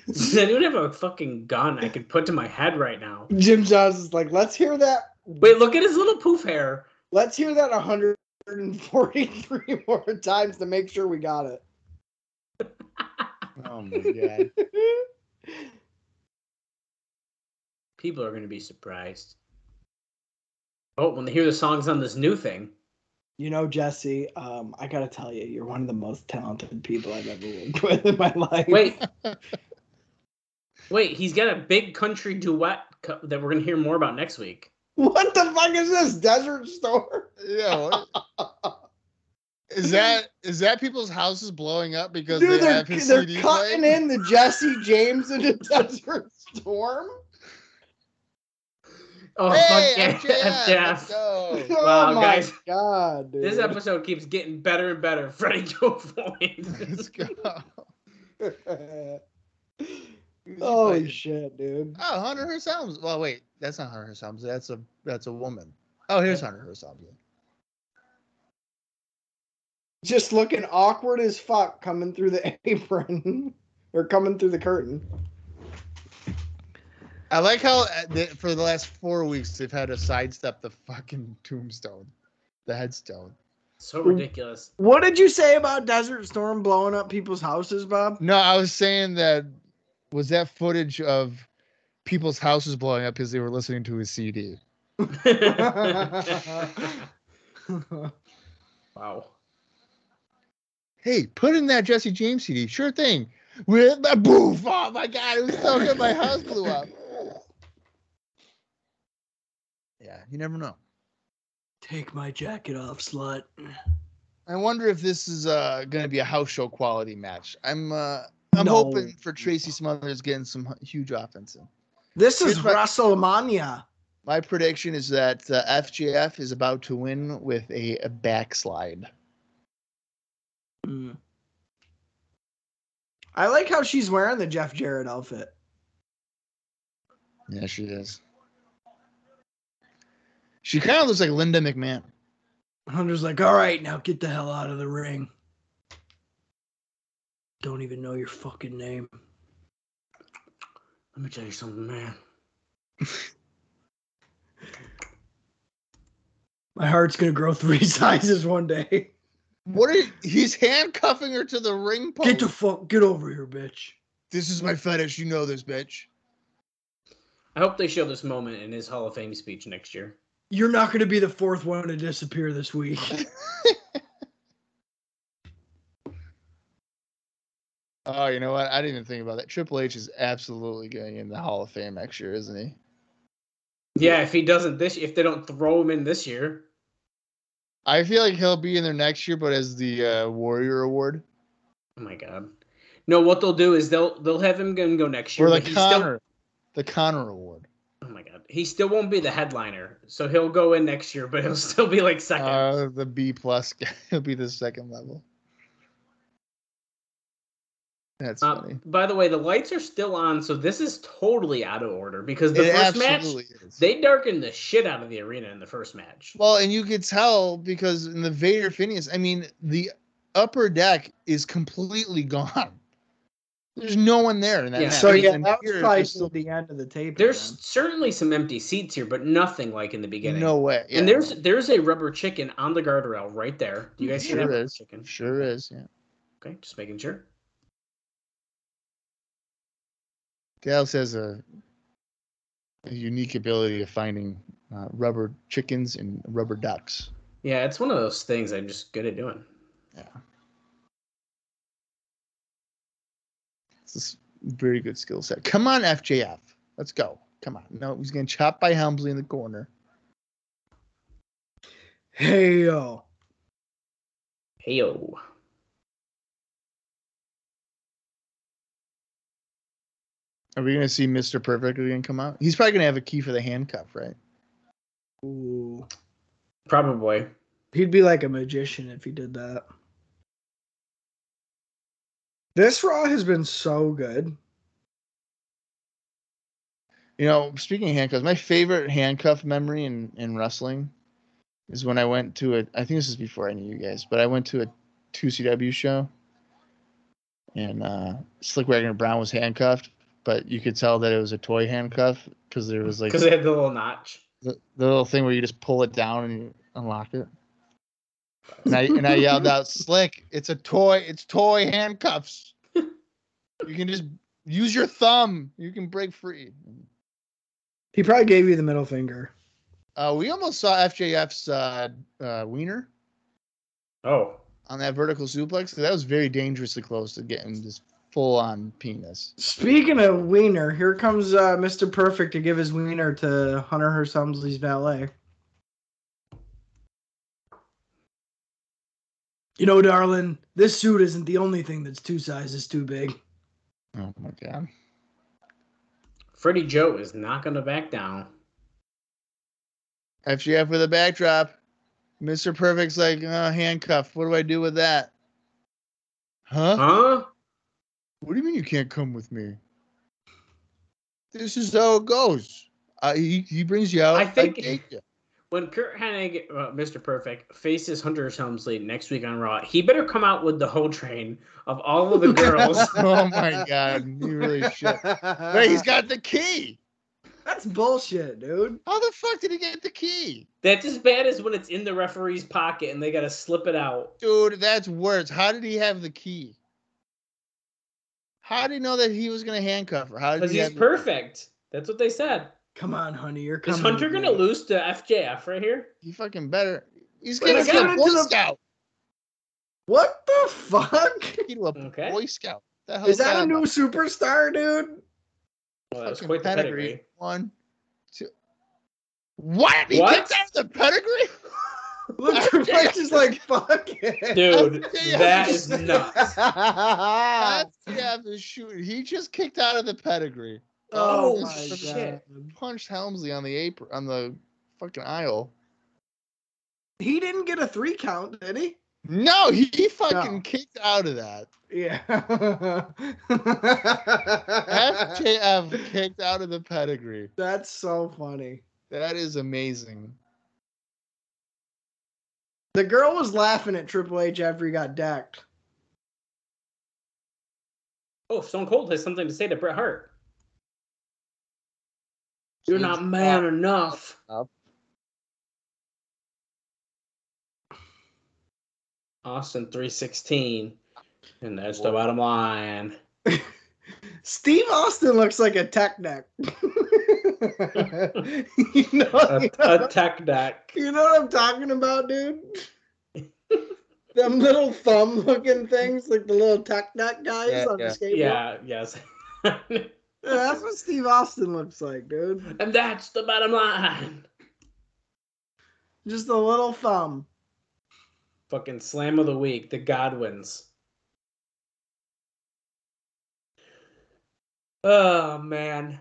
Does anyone have a fucking gun I could put to my head right now?
Jim Jones is like, "Let's hear that.
Wait, look at his little poof hair.
Let's hear that 143 more times to make sure we got it."
Oh my god.
People are gonna be surprised. Oh, when they hear the songs on this new thing.
You know, Jesse, um, I gotta tell you, you're one of the most talented people I've ever worked with in my life.
Wait. Wait, he's got a big country duet co- that we're gonna hear more about next week.
what the fuck is this desert store?
yeah. what- Is that is that people's houses blowing up because
Dude,
they
they're
have his
they're
CD
cutting
playing?
in the Jesse James into Desert Storm.
Oh
Hey,
fuck yeah,
FJF, let's
FJF.
go.
Wow,
oh my
guys.
god, dude!
This episode keeps getting better and better. Freddie Joe Floyd.
Let's go.
Holy shit, dude!
Oh, Hunter Hearst Helmsley. Well, wait, that's not Hunter Hearst Helmsley. That's a that's a woman. Oh, here's Hunter Hearst Helmsley.
Just looking awkward as fuck coming through the apron or coming through the curtain.
I like how uh, they, for the last four weeks they've had to sidestep the fucking tombstone, the headstone.
so ridiculous.
What did you say about Desert Storm blowing up people's houses, Bob?
No, I was saying that was that footage of people's houses blowing up because they were listening to his CD.
wow.
Hey, put in that Jesse James CD. Sure thing. With the boof. Oh my god, it was so good. My house blew up. Yeah, you never know.
Take my jacket off, slut.
I wonder if this is uh, going to be a house show quality match. I'm uh, I'm
No.
hoping for Tracy Smothers getting some huge offense. In.
This is
Here's my-
WrestleMania.
My prediction is that uh, FJF is about to win with a, a backslide.
Mm. I like how she's wearing the Jeff Jarrett outfit.
Yeah, she is. She kind of looks like Linda McMahon.
Hunter's like, all right, now get the hell out of the ring. Don't even know your fucking name.
Let me tell you something, man.
My heart's gonna grow three sizes one day.
What are you, he's handcuffing her to the ring post.
Get the fuck, get over here, bitch.
this is my fetish. You know this, bitch.
I hope they show this moment in his Hall of Fame speech next year.
You're not gonna be the fourth one to disappear this week.
Oh, you know what? I didn't even think about that. Triple H is absolutely going in the Hall of Fame next year, isn't he?
Yeah, if he doesn't this, if they don't throw him in this year,
I feel like he'll be in there next year, but as the uh, Warrior Award
oh my god. No, what they'll do is they'll they'll have him go go next year.
or the
but he
Connor, the Connor Award.
Still, oh my god, he still won't be the headliner, so he'll go in next year, but he'll still be like second.
Oh, Uh, the B plus guy. He'll be the second level. That's
Uh,
funny.
by the way, the lights are still on, so this is totally out of order because the
It
first match
absolutely is.
they darkened the shit out of the arena in the first match.
Well, and you could tell because in the Vader Phineas, I mean, the upper deck is completely gone. There's no one there in that
Yeah.
match.
So
And
yeah, that
here,
was probably
there's still
still the end of the tape.
There's certainly some empty seats here, but nothing like in the beginning.
no way.
And
Yeah.
there's there's a rubber chicken on the guardrail right there. Do you guys see
Sure
that rubber
is.
chicken?
sure is. Yeah,
Okay, just making sure.
Dallas has a, a unique ability of finding uh, rubber chickens and rubber ducks.
Yeah, it's one of those things I'm just good at doing.
It's this very good skill set. Come on, FJF. Let's go. Come on. No, he's getting chopped by Helmsley in the corner.
Hey yo.
Hey yo.
Are we gonna see Mr. Perfect again come out? He's probably gonna have a key for the handcuff, right?
Ooh.
Probably.
He'd be like a magician if he did that. This Raw has been so good.
You know, speaking of handcuffs, my favorite handcuff memory in, in wrestling is when I went to a I think this is before I knew you guys, but I went to a two CW show and uh Slick Wagner Brown was handcuffed, but you could tell that it was a toy handcuff because there was like
Because they had the little notch.
the, the little thing where you just pull it down and you unlock it. And I and I yelled out, "Slick! It's a toy! It's toy handcuffs. You can just use your thumb. You can break free."
He probably gave you the middle finger.
Uh, we almost saw FJF's uh, uh, wiener
Oh.
on that vertical suplex. That was very dangerously close to getting just full on penis.
Speaking of Wiener, here comes uh, Mr. Perfect to give his Wiener to Hunter Hearst Helmsley's valet. You know, darling, this suit isn't the only thing that's two sizes too big.
Oh my god!
Freddie Joe is not gonna back down.
FJF with a backdrop. Mr. Perfect's like uh, handcuffed. What do I do with that? Huh?
Huh?
What do you mean you can't come with me? This is how it goes. I, he, he brings you out.
I think-
take you.
When Kurt Hennig, uh, Mr. Perfect, faces Hunter Helmsley next week on Raw, he better come out with the whole train of all of the girls.
oh my god, you really should. Wait, he's got the key.
That's bullshit, dude.
How the fuck did he get the key,
That's as bad as when it's in the referee's pocket and they gotta slip it out.
dude? That's worse. How did he have the key? How did he know that he was gonna handcuff her? How did
Because
he
he's
have-
perfect. That's what they said.
Come on, honey, you're
Is
coming.
Hunter
with
gonna
me.
lose to FJF right here?
He fucking better. He's
Wait,
gonna
I
be
got
a
it
boy
to the-
scout.
What the fuck?
He to a
Okay.
boy scout. The hell
Is that a
about?
new superstar, dude?
Well, that was
Fucking
quite the pedigree.
One, two. What? He
What?
kicked out of the pedigree?
Mr. Perfect is like, fuck it.
Dude,
FJF
that is nuts.
FTF is shooting. He just kicked out of the pedigree.
Oh,
Oh,
my
shit.
God.
Punched Helmsley on the apron on the fucking aisle.
He didn't get a three count, did he?
No, he, he fucking
No.
kicked out of that.
Yeah.
FJF kicked out of the pedigree.
That's so funny.
That is amazing.
The girl was laughing at Triple H after he got decked.
Oh, Stone Cold has something to say to Bret Hart. You're
He's
not man enough.
Up.
Austin 316. And that's the bottom line.
Steve Austin looks like a tech neck. you, know,
A,
you, know,
a tech deck.
you know what I'm talking about, dude? Them little thumb looking things, like the little tech neck guys
Yeah,
on
yeah.
the skateboard.
Yeah, yes. and
Yeah, that's what Steve Austin looks like, dude.
that's the bottom line.
Just a little thumb.
Fucking slam of the week, the Godwins. Oh, man.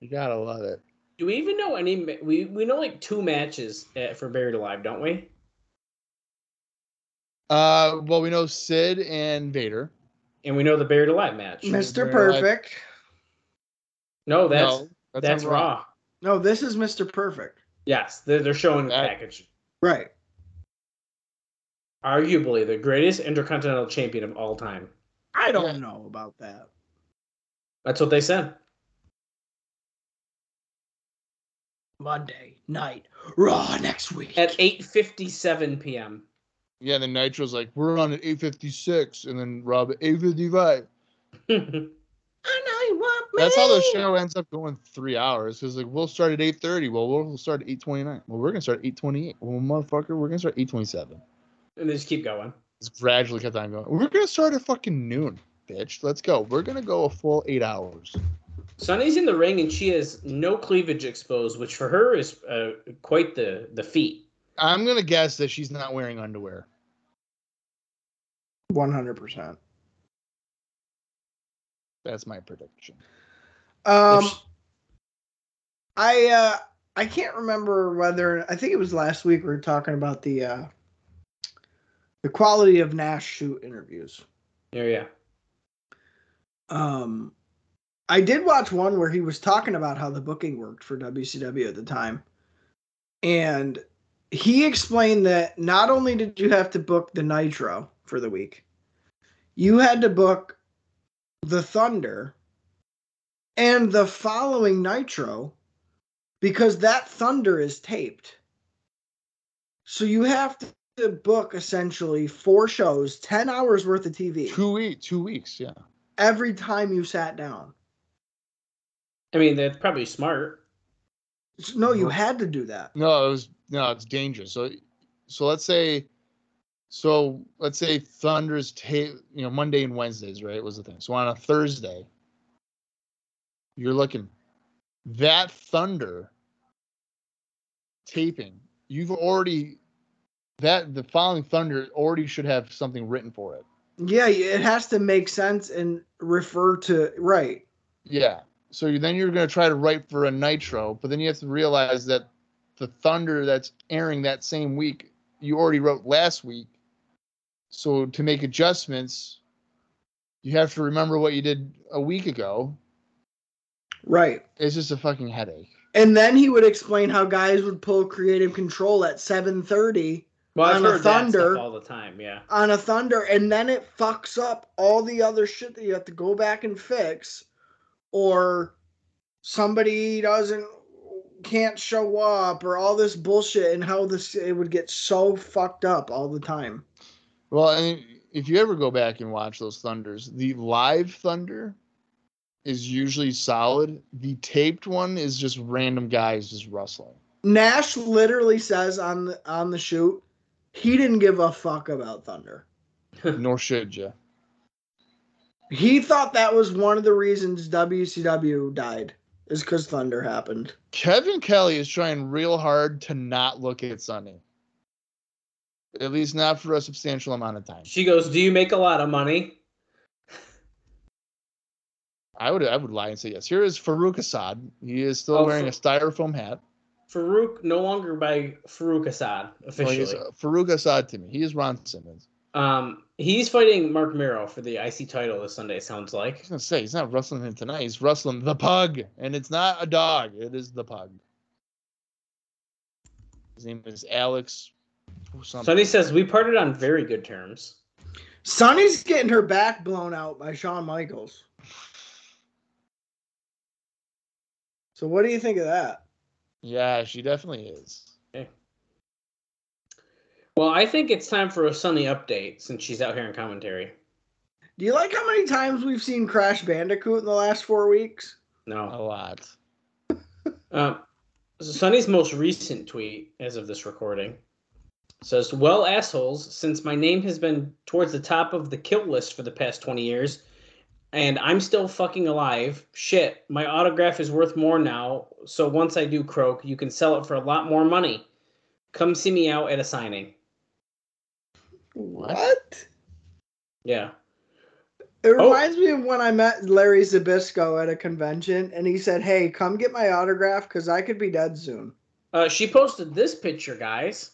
You gotta love it.
Do we even know any? ma- eh, We we know like two matches at, for Buried Alive, don't we?
Uh, well, we know Sid and Vader.
And we know the buried alive match.
Mr.
Buried Alive.
Perfect.
No, Oh, that's
No,
that's
on
raw.
No, this is Mr. Perfect.
Yes, they're, they're showing the
That-
package.
Right.
Arguably the greatest intercontinental champion of all time.
I don't
Yeah.
know about that.
That's what they said.
Monday night, Raw next week.
At 8:57 p.m.
Yeah, and then Nitro's like, we're on at 856, and then Rob at 855.
I know you want
That's how the show ends up going three hours. Cause like we'll start at 830. Well, we'll start at 829. Well, we're gonna start at 828. Well, motherfucker, we're gonna start at 827.
and they just keep going.
It's gradually kept on going. We're gonna start at fucking noon, bitch. Let's go. We're gonna go a full eight hours.
Sunny's in the ring and she has no cleavage exposed, which for her is uh, quite the the feat.
I'm gonna guess that she's not wearing underwear.
One hundred percent.
That's my prediction.
Um,
If sh-
I uh, I can't remember whether I think it was last week we were talking about the uh, the quality of Nash shoot interviews.
Yeah, yeah.
Um, I did watch one where he was talking about how the booking worked for WCW at the time. And he explained that not only did you have to book the Nitro for the week, you had to book the Thunder and the following Nitro because that Thunder is taped. So you have to book essentially four shows, 10 hours worth of TV
Two weeks. Two weeks. Yeah.
every time you sat down.
I mean, that's probably smart.
S- No, you
Mhm.
had to do that.
No, it was no. It's dangerous. So, so let's say, so let's say Thunder's tape. You know, Monday and Wednesdays, right? Was the thing. So on a Thursday, you're looking that Thunder taping. You've already that the following Thunder already should have something written for it.
Yeah, y- it has to make sense and refer to right.
Yeah. So you, then you're going to try to write for a Nitro, but then you have to realize that the Thunder that's airing that same week, you already wrote last week. So to make adjustments, you have to remember what you did a week ago.
Right.
It's just a fucking headache.
And then he would explain how guys would pull creative control at 7:30
Well, I've
On the
heard that
Thunder-
stuff all the time. Yeah.
on a Thunder and then it fucks up all the other shit that you have to go back and fix or somebody doesn't can't show up or all this bullshit and how this it would get so fucked up all the time.
Well, I mean, if you ever go back and watch those Thunders, the live Thunder is usually solid. The taped one is just random guys just wrestling.
Nash literally says on the on the shoot, he didn't give a fuck about Thunder.
Nor should you.
He thought that was one of the reasons WCW died is because Thunder happened.
Kevin Kelly is trying real hard to not look at Sunny. At least not for a substantial amount of time.
She goes, "Do you make a lot of money?"
I would I would lie and say yes. Here is Farouk Assad. He is still
Oh,
wearing a
Fa-
styrofoam hat.
Farouk no longer by Farouk Assad
Well, he's,
officially.
uh, Farouk Assad to me. He is Ron Simmons.
um, he's fighting Mark Miro for the IC title this Sunday. it Sounds
I
like
was gonna say he's not wrestling him tonight. He's wrestling the pug, and it's not a dog. It is the pug. His name is Alex. Something.
Sonny says we parted on very good terms.
Sonny's getting her back blown out by Shawn Michaels. So what do you think of that?
Yeah, she definitely is.
Well, I think it's time for a Sunny update since she's out here in commentary.
Do you like how many times we've seen Crash Bandicoot in the last four weeks?
A
No.
lot.
Um, so Sunny's most recent tweet, as of this recording, says, "Well, assholes, since my name has been towards the top of the kill list for the past 20 years, and I'm still fucking alive. Shit, my autograph is worth more now. So once I do croak, you can sell it for a lot more money. Come see me out at a signing."
What?
Yeah.
It reminds me of when I met Larry Zabisco at a convention and he said, Hey, come get my autograph because I could be dead soon.
Uh, she posted this picture, guys.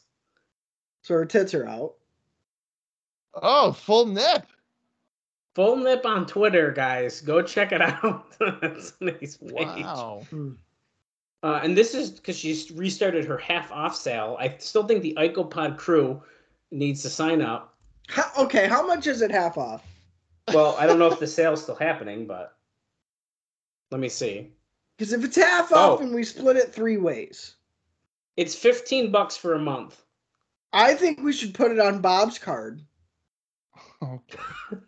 So her tits are out.
Oh, full nip.
Full nip on Twitter, guys. Go check it out. That's a nice page.
Wow.
Uh, and this is because she's restarted her half off sale. I still think the IcoPod crew needs to sign up.
How, okay, how much is it half off?
Well, I don't know if the sale's still happening, but let me see.
Because if it's half off
Oh.
and we split it three ways,
It's 15 bucks for a month.
I think we should put it on Bob's card.
Okay.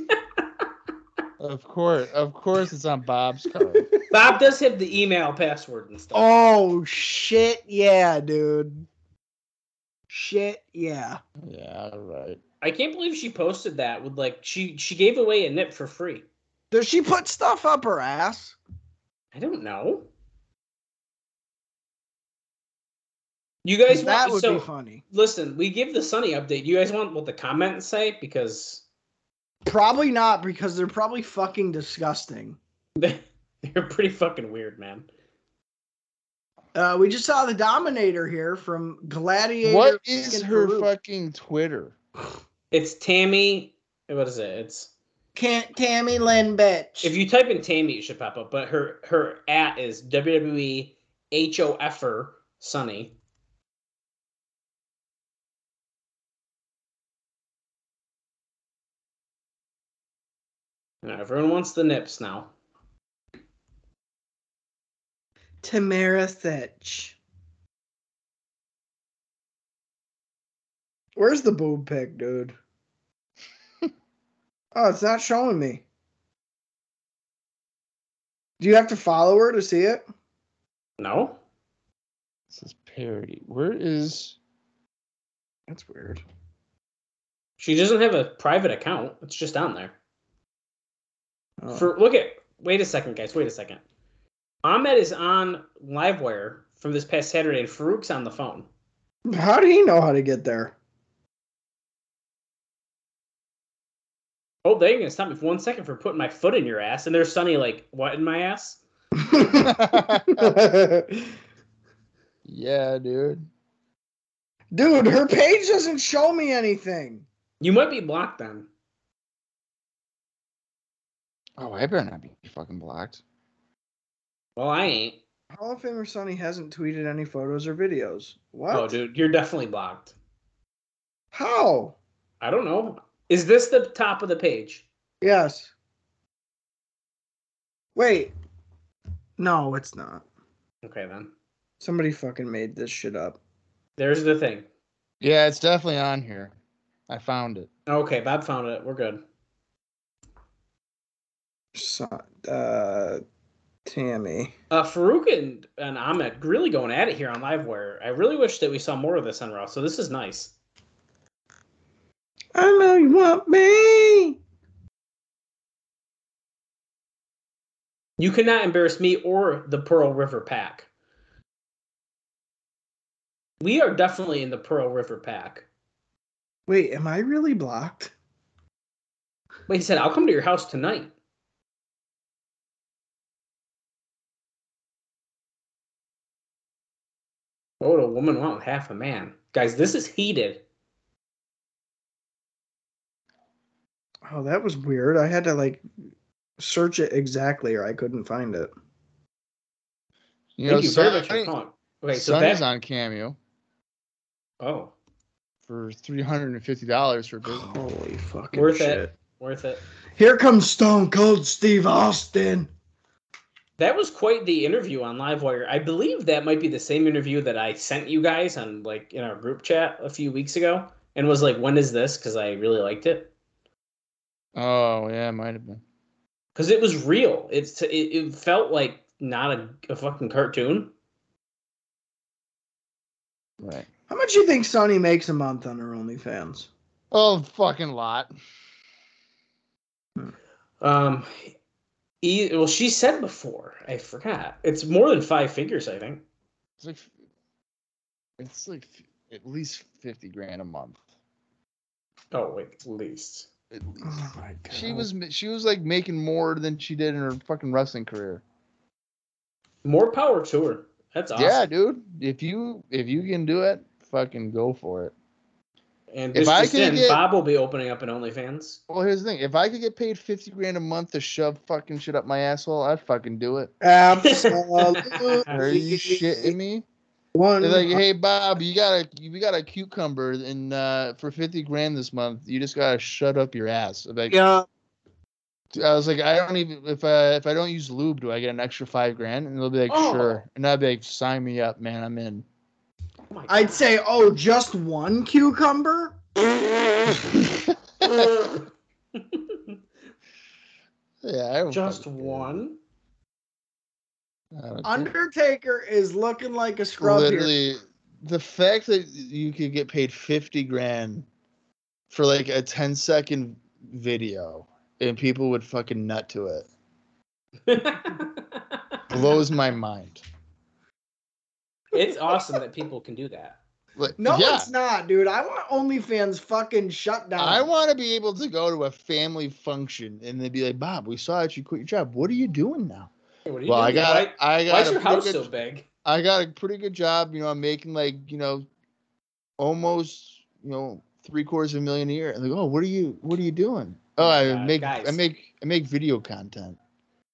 of course, of course, it's on Bob's card.
Bob does have the email password and stuff.
Oh shit, yeah, dude. Shit, yeah.
yeah, all right.
I can't believe she posted that with like she she gave away a nip for free.
Does she put stuff up her ass?
I don't know. You guys want
that would
so
be funny.
listen, we give the sunny update. You guys want what the comments say because
Probably not because they're probably fucking disgusting.
they, they're pretty fucking weird, man.
Uh, we just saw the Dominator here from Gladiator.
What is
fucking
her
Farouk.
fucking Twitter?
It's Tammy what is it? It's
Can't Tammy Lynn bitch?
if you type in Tammy it should pop up, but her her at is E WWE HOFer Sunny. Now, everyone wants the nips now.
Tamara Sitch. Where's the boob pic, dude? oh, it's not showing me. Do you have to follow her to see it?
No?
This is parody. Where is?
That's weird.
She doesn't have a private account. It's just on there.
Oh.
For look at wait a second, guys, wait a second. Ahmed is on Livewire from this past Saturday and Farouk's on the phone.
How do he know how to get there?
Oh, they're gonna stop me for one second for putting my foot in your ass, and there's Sunny like, what in my ass?
yeah, dude.
Dude, her page doesn't show me anything.
You might be blocked then.
Oh, I better not be fucking blocked.
Well, I ain't.
Hall of Famer Sonny hasn't tweeted any photos or videos. What?
Oh, dude, you're definitely blocked.
How?
I don't know. Is this the top of the page?
Yes. Wait. No, it's not.
Okay, then.
Somebody fucking made this shit up.
There's the thing.
Yeah, it's definitely on here. I found it.
Okay, Bob found it. We're good.
So, uh, Tammy.
Uh, Farouk and, and Ahmed really going at it here on Livewire. I really wish that we saw more of this on Raw. So this is nice.
I know you want me.
You cannot embarrass me or the Pearl River Pack. We are definitely in the Pearl River Pack.
Wait, am I really blocked?
Wait, he said, I'll come to your house tonight. What would a Oh, woman want with half a man? Guys, this is heated.
Oh, that was weird. I had to like search it exactly or I couldn't find it.
You
Thank
know,
you
Sunny,
very much for calling. Okay, so
Sunny's
that,
on Cameo
oh,
for three hundred and fifty dollars for business.
Holy fucking
worth
shit.
it. Worth it.
Here comes Stone Cold Steve Austin.
That was quite the interview on Livewire. I believe that might be the same interview that I sent you guys on like in our group chat a few weeks ago and was like, when is this? Because I really liked it.
Oh yeah, it might have been.
Because it was real. It's it, it felt like not a, a fucking cartoon.
Right.
How much do you think Sonny makes a month on her OnlyFans?
Oh fucking lot.
Um, e- well, she said before. I forgot. It's more than five figures, I think.
It's like it's like at least fifty grand a month.
Oh wait, at least.
At least.
Oh my god.
She was ma- she was like making more than she did in her fucking wrestling career.
More power to her. That's awesome.
Yeah, dude. If you if you can do it, fucking go for it.
And
If
this
I
just
can
in,
get-
Bob will be opening up an OnlyFans.
Well, here's the thing: if I could get paid fifty grand a month to shove fucking shit up my asshole, I'd fucking do it.
Absolutely.
Are you shitting me?
One.
They're like, hey Bob, you got a you got a cucumber, and uh, for fifty grand this month, you just gotta shut up your ass. I'm Like,
yeah.
I was like, I don't even if I if I don't use lube, do I get an extra five grand? And they'll be like,
Oh.
sure, and I'd be like, sign me up, man, I'm in.
Oh my
I'd
God.
say, oh, just one cucumber.
Yeah, I don't
just
fucking care.
one.
I don't care.
Undertaker is looking like a scrub here.
literally the fact that you could get paid 50 grand for like a 10 second video and people would fucking nut to it blows my mind
it's awesome that people can do that.
like
No,
yeah
it's not, dude. I want OnlyFans fucking shut down.
i want to be able to go to a family function and they'd be like bob we saw that you quit your job what are you doing now
Hey, What are you
well i
doing?
got i
why,
got
why
a
is your
pretty
house
good-
so big?
I got a pretty good job. You know, I'm making like, you know, almost, you know, three quarters of a million a year. And like, oh, what are you what are you doing? Oh, I
God,
make I
guys.
make I make video content.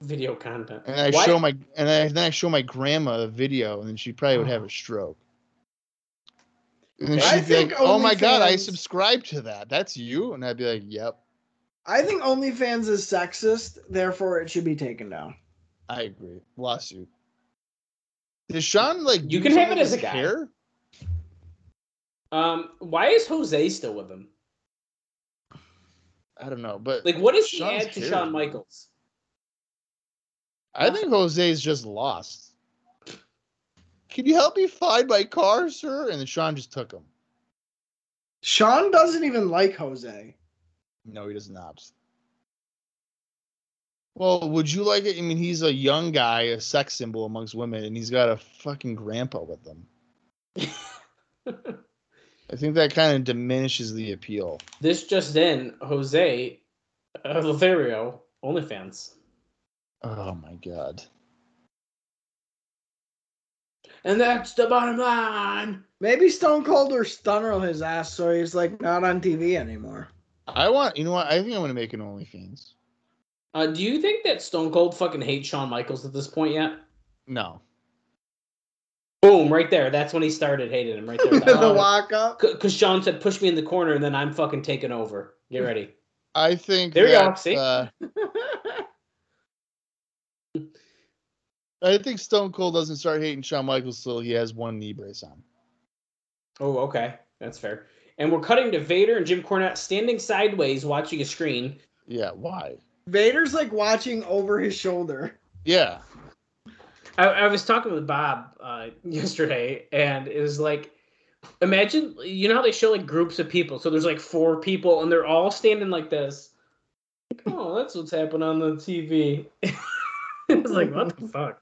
Video content.
And I
Why-
show my and I then I show my grandma the video and then she probably would
Oh.
have a stroke. And then
Okay.
she'd
I
be
think
like, Oh my god, I
OnlyFans-
subscribe to that. That's you? And I'd be like, Yep,
I think OnlyFans is sexist, therefore it should be taken down.
I agree. Lawsuit. Does Sean like
You
do
can have
something
it as
with
a guy.
hair?
Um, why is Jose still with him?
I don't know, but
Like, what does he
Shawn's
add to
here.
Shawn Michaels?
I think Jose's just lost. Can you help me find my car, sir? And then Sean just took him.
Sean doesn't even like Jose.
No, he does not. Well, would you like it? I mean, he's a young guy, a sex symbol amongst women, and he's got a fucking grandpa with him. I think that kind of diminishes the appeal.
This just in, Jose uh, Lothario, OnlyFans.
Oh my god.
And that's the bottom line.
Maybe Stone Cold or Stunner his ass, so he's like not on TV anymore.
I want you know what? I think I'm gonna make an OnlyFans.
Uh, do you think that Stone Cold fucking hates Shawn Michaels at this point yet?
No.
Boom, right there. That's when he started hating him, right there.
Uh,
Um,
the walk up.
Because Sean said, push me in the corner and then I'm fucking taking over. Get ready.
I think
There you go,
that,
see?
uh, I think Stone Cold doesn't start hating Shawn Michaels till he has one knee brace on.
Oh, okay. That's fair. And we're cutting to Vader and Jim Cornette standing sideways watching a screen.
Yeah, why?
Vader's like watching over his shoulder.
Yeah.
I, I was talking with Bob uh, yesterday, and it was like, imagine you know how they show like groups of people. So there's like four people, and they're all standing like this. Oh, that's what's happening on the TV. it's like what the fuck.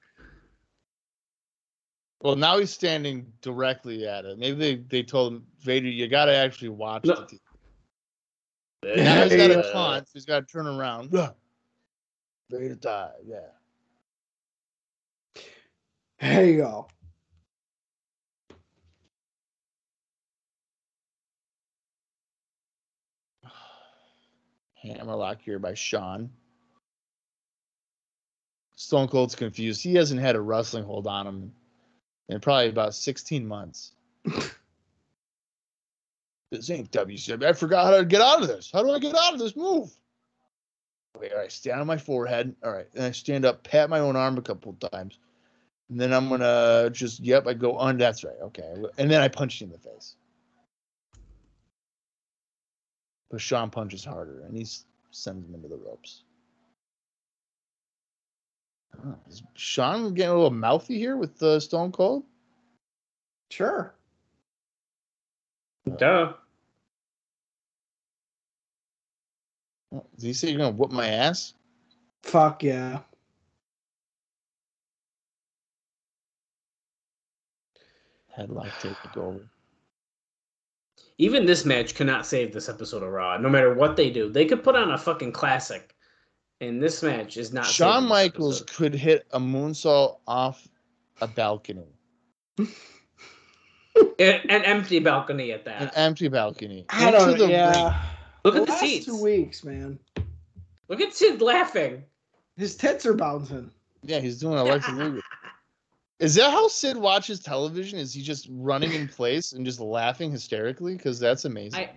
Well, now he's standing directly at it. Maybe they, they told him, Vader, you got to actually watch.
No.
The TV. Now he's got to taunt. He's got to turn around. Ruh. Vader died. Yeah.
There you go.
Hammerlock here by Sean. Stone Cold's confused. He hasn't had a wrestling hold on him in probably about 16 months. this ain't WCW. I forgot how to get out of this. How do I get out of this move? Wait, all right, stand on my forehead. All right, and I stand up, pat my own arm a couple times. And then I'm going to just, yep, I go on. That's right. Okay. And then I punch you in the face. But Sean punches harder and he s- sends him into the ropes. Huh, Is Sean getting a little mouthy here with uh, Stone Cold?
Sure.
Duh.
Oh, Did he say you're going to whoop my ass?
Fuck yeah.
Headlock take it over.
Even this match cannot save this episode of Raw. No matter what they do, they could put on a fucking classic, and this match is not.
Shawn
saving this
Michaels
episode.
could hit a moonsault off a balcony.
an, an empty balcony at
An
that.
empty balcony.
I
Into
don't.
the ring.
yeah.
Look at
the
the
last
seats.
two weeks, man.
Look at Sid laughing.
His tits are bouncing.
Yeah, he's doing electric boogaloo. Is that how Sid watches television? Is he just running in place and just laughing hysterically? Because that's amazing.
I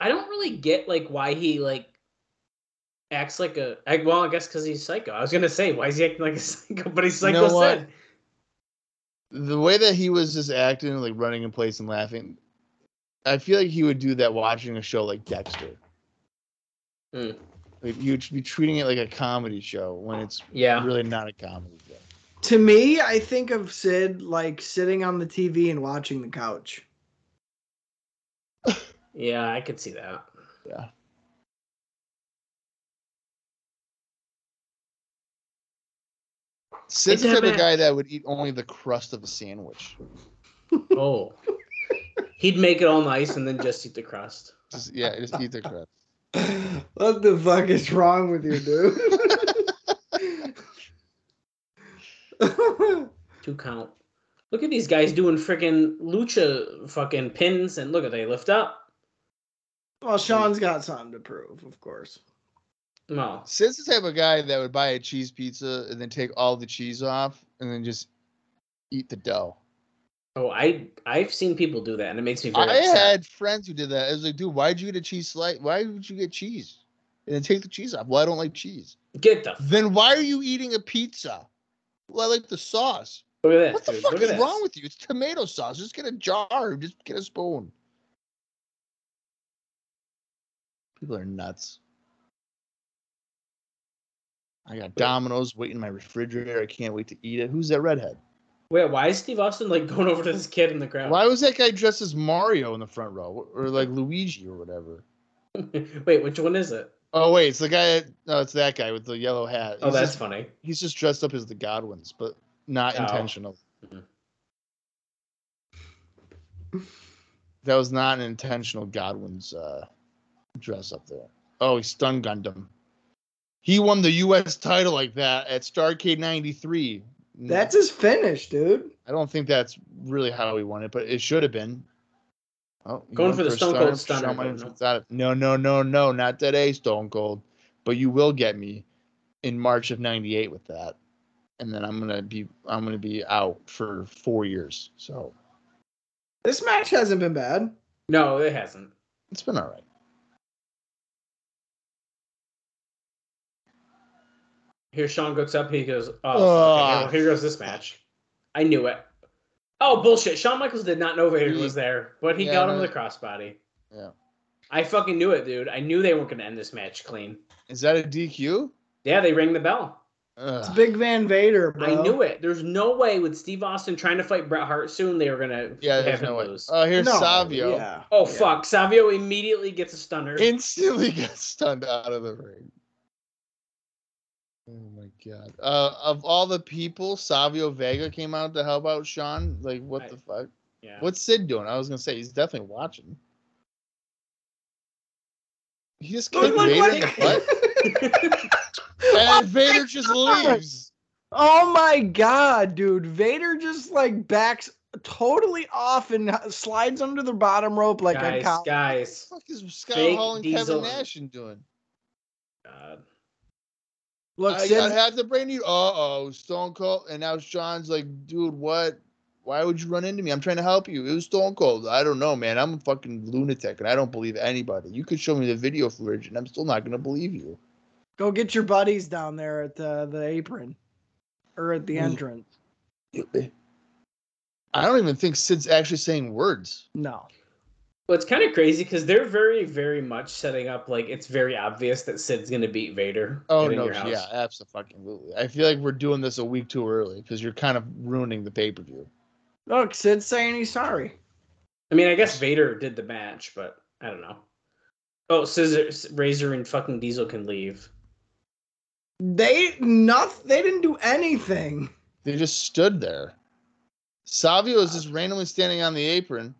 I don't really get like why he like acts like a I, well I guess because he's psycho. I was gonna say why is he acting like a psycho, but he's
You
psycho
know what?
Sid.
the way that he was just acting, like running in place and laughing, I feel like he would do that watching a show like Dexter.
Hmm.
Like you'd be treating it like a comedy show when it's
Yeah,
really not a comedy show.
To me, I think of Sid like sitting on the TV and watching the couch.
yeah, I could see that.
Yeah. Sid's the
It
type of
doesn't-
guy that would eat only the crust of a sandwich.
Oh, he'd make it all nice and then just eat the crust.
Just, yeah, just eat the crust.
what the fuck is wrong with you, dude?
Two count. Look at these guys doing freaking lucha fucking pins and look at they lift up.
well, Sean's got something to prove, of course.
Well,
Sid's the type of guy that would buy a cheese pizza and then take all the cheese off and then just eat the dough.
oh, I I've seen people do that and it makes me very
I
upset.
had friends who did that. I was like, dude, why'd you get a cheese slice? Why would you get cheese? And then take the cheese off. Well, I don't like cheese.
Get the f-
Then why are you eating a pizza? Well, I like the sauce.
look at this.
What the
dude.
fuck
look
is
at this.
wrong with you? It's tomato sauce. Just get a jar. Just get a spoon. People are nuts. I got Domino's waiting in my refrigerator. I can't wait to eat it. Who's that redhead?
Wait, why is Steve Austin like going over to this kid in the crowd?
Why was that guy dressed as Mario in the front row or like Luigi or whatever?
Wait, which one is it?
Oh wait, it's the guy. No, it's that guy with the yellow hat.
Oh,
He's
that's
just,
funny.
he's just dressed up as the Godwins, but not
Oh.
intentional.
Mhm.
That was not an intentional Godwin's uh, dress up there. Oh, he stun gunned him. He won the U.S. title like that at Starcade '93.
That's his finish, dude.
I don't think that's really how he won it, but it should have been. Oh, he
Going
went
for the
a
Stone Cold
Shawn
Stunner,
Michaels
but no.
Exotic. No, no, no, no, not today, Stone Cold. But you will get me in March of '98 with that, and then I'm gonna be I'm gonna be out for four years. So
This match hasn't been bad.
No, it hasn't.
it's been all right.
Here, Sean looks up. He goes, "Oh,
Ah.
okay, here, here goes this match." I knew it. Oh bullshit! Shawn Michaels did not know Vader
He-
was there, but he
Yeah,
got
no.
him with a crossbody.
Yeah.
I fucking knew it, dude. I knew they weren't gonna end this match clean.
Is that a DQ?
Yeah, they rang the bell.
It's
Ugh.
Big Van Vader, bro.
I knew it. There's no way with Steve Austin trying to fight Bret Hart soon they were gonna
Yeah,
have
there's
him
no way.
lose.
Oh, here's
No,
Savio.
yeah,
oh
yeah.
fuck! Savio immediately gets a stunner.
Instantly got stunned out of the ring. Oh my god! Uh, of all the people, Savio Vega came out to help out Sean. Like, what
I-
the fuck?
yeah.
What's Sid doing? I was gonna say he's definitely watching. He just
Look,
kicked
look,
Vader in the
look.
butt, and Vader just
God.
leaves.
Oh my god, dude. Vader just like backs totally off and h- slides under the bottom rope like a
guys,
cow.
guys.
What the fuck is Scott
Fake
Hall and
Diesel.
Kevin Nashin doing?
God.
Look,
I, I
Sid's,
had the brain. Uh oh, Stone Cold, and now Sean's like, dude, what? Why would you run into me? I'm trying to help you. It was Stone Cold. I don't know, man. I'm a fucking lunatic, and I don't believe anybody. You could show me the video footage, and I'm still not gonna believe you.
go get your buddies down there at the, the apron or at the
Mm.
entrance.
I don't even think Sid's actually saying words.
No.
Well, it's kind of crazy because they're very, very much setting up like it's very obvious that Sid's gonna beat Vader.
Oh
at In
no,
Your House.
yeah, absolutely. I feel like we're doing this a week too early because you're kind of ruining the pay per view.
Look, Sid's saying he's sorry.
I mean, I guess Vader did the match, but I don't know. Oh, Scissor, Razor, and fucking Diesel can leave.
They not they didn't do anything.
They just stood there. Savio is just randomly standing on the apron.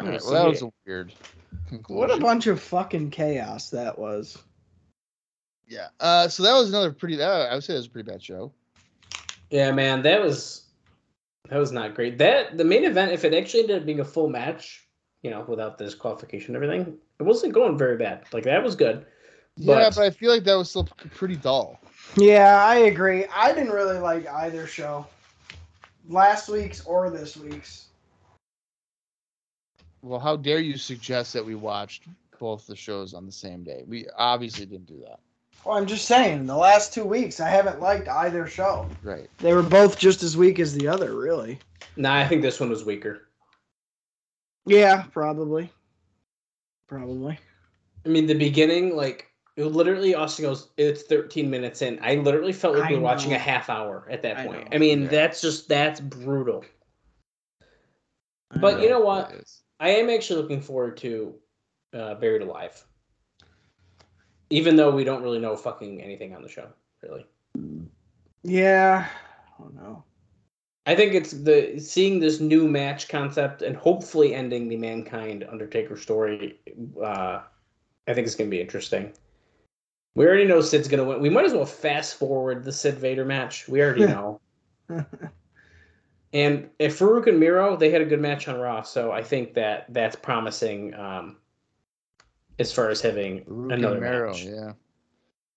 I'm
All
gonna
right, well, that was
see
a weird
What
conclusion.
a bunch of fucking chaos that was.
yeah. Uh, so that was another pretty. Uh, I would say that was a pretty bad show.
Yeah, man, that was That was not great. That the main event, if it actually ended up being a full match, you know, without this qualification and everything, it wasn't going very bad. Like that was good.
yeah, but I feel like that was still pretty dull.
Yeah, I agree. I didn't really like either show, last week's or this week's.
Well, how dare you suggest that we watched both the shows on the same day? We obviously didn't do that.
Well, I'm just saying, the last two weeks, I haven't liked either show.
Right.
They were both just as weak as the other, really.
Nah, I think this one was weaker.
Yeah, probably. Probably.
I mean, the beginning, like it literally Austin goes, it's 13 minutes in. I literally felt like
I
we were watching
know.
a half hour at that
I
point.
know.
I, mean,
Yeah.
that's just that's brutal. But you know what?
It is.
I am actually looking forward to uh, Buried Alive, even though we don't really know fucking anything on the show. Really,
Yeah. I don't know.
I think it's the seeing this new match concept and hopefully ending the Mankind Undertaker story. Uh, I think it's gonna be interesting. We already know Sid's gonna win. We might as well fast forward the Sid Vader match. We already know. and if Farouk and Miro, they had a good match on Raw, so I think that that's promising. Um, as far as having
Farouk
another
and Mero,
match.
yeah.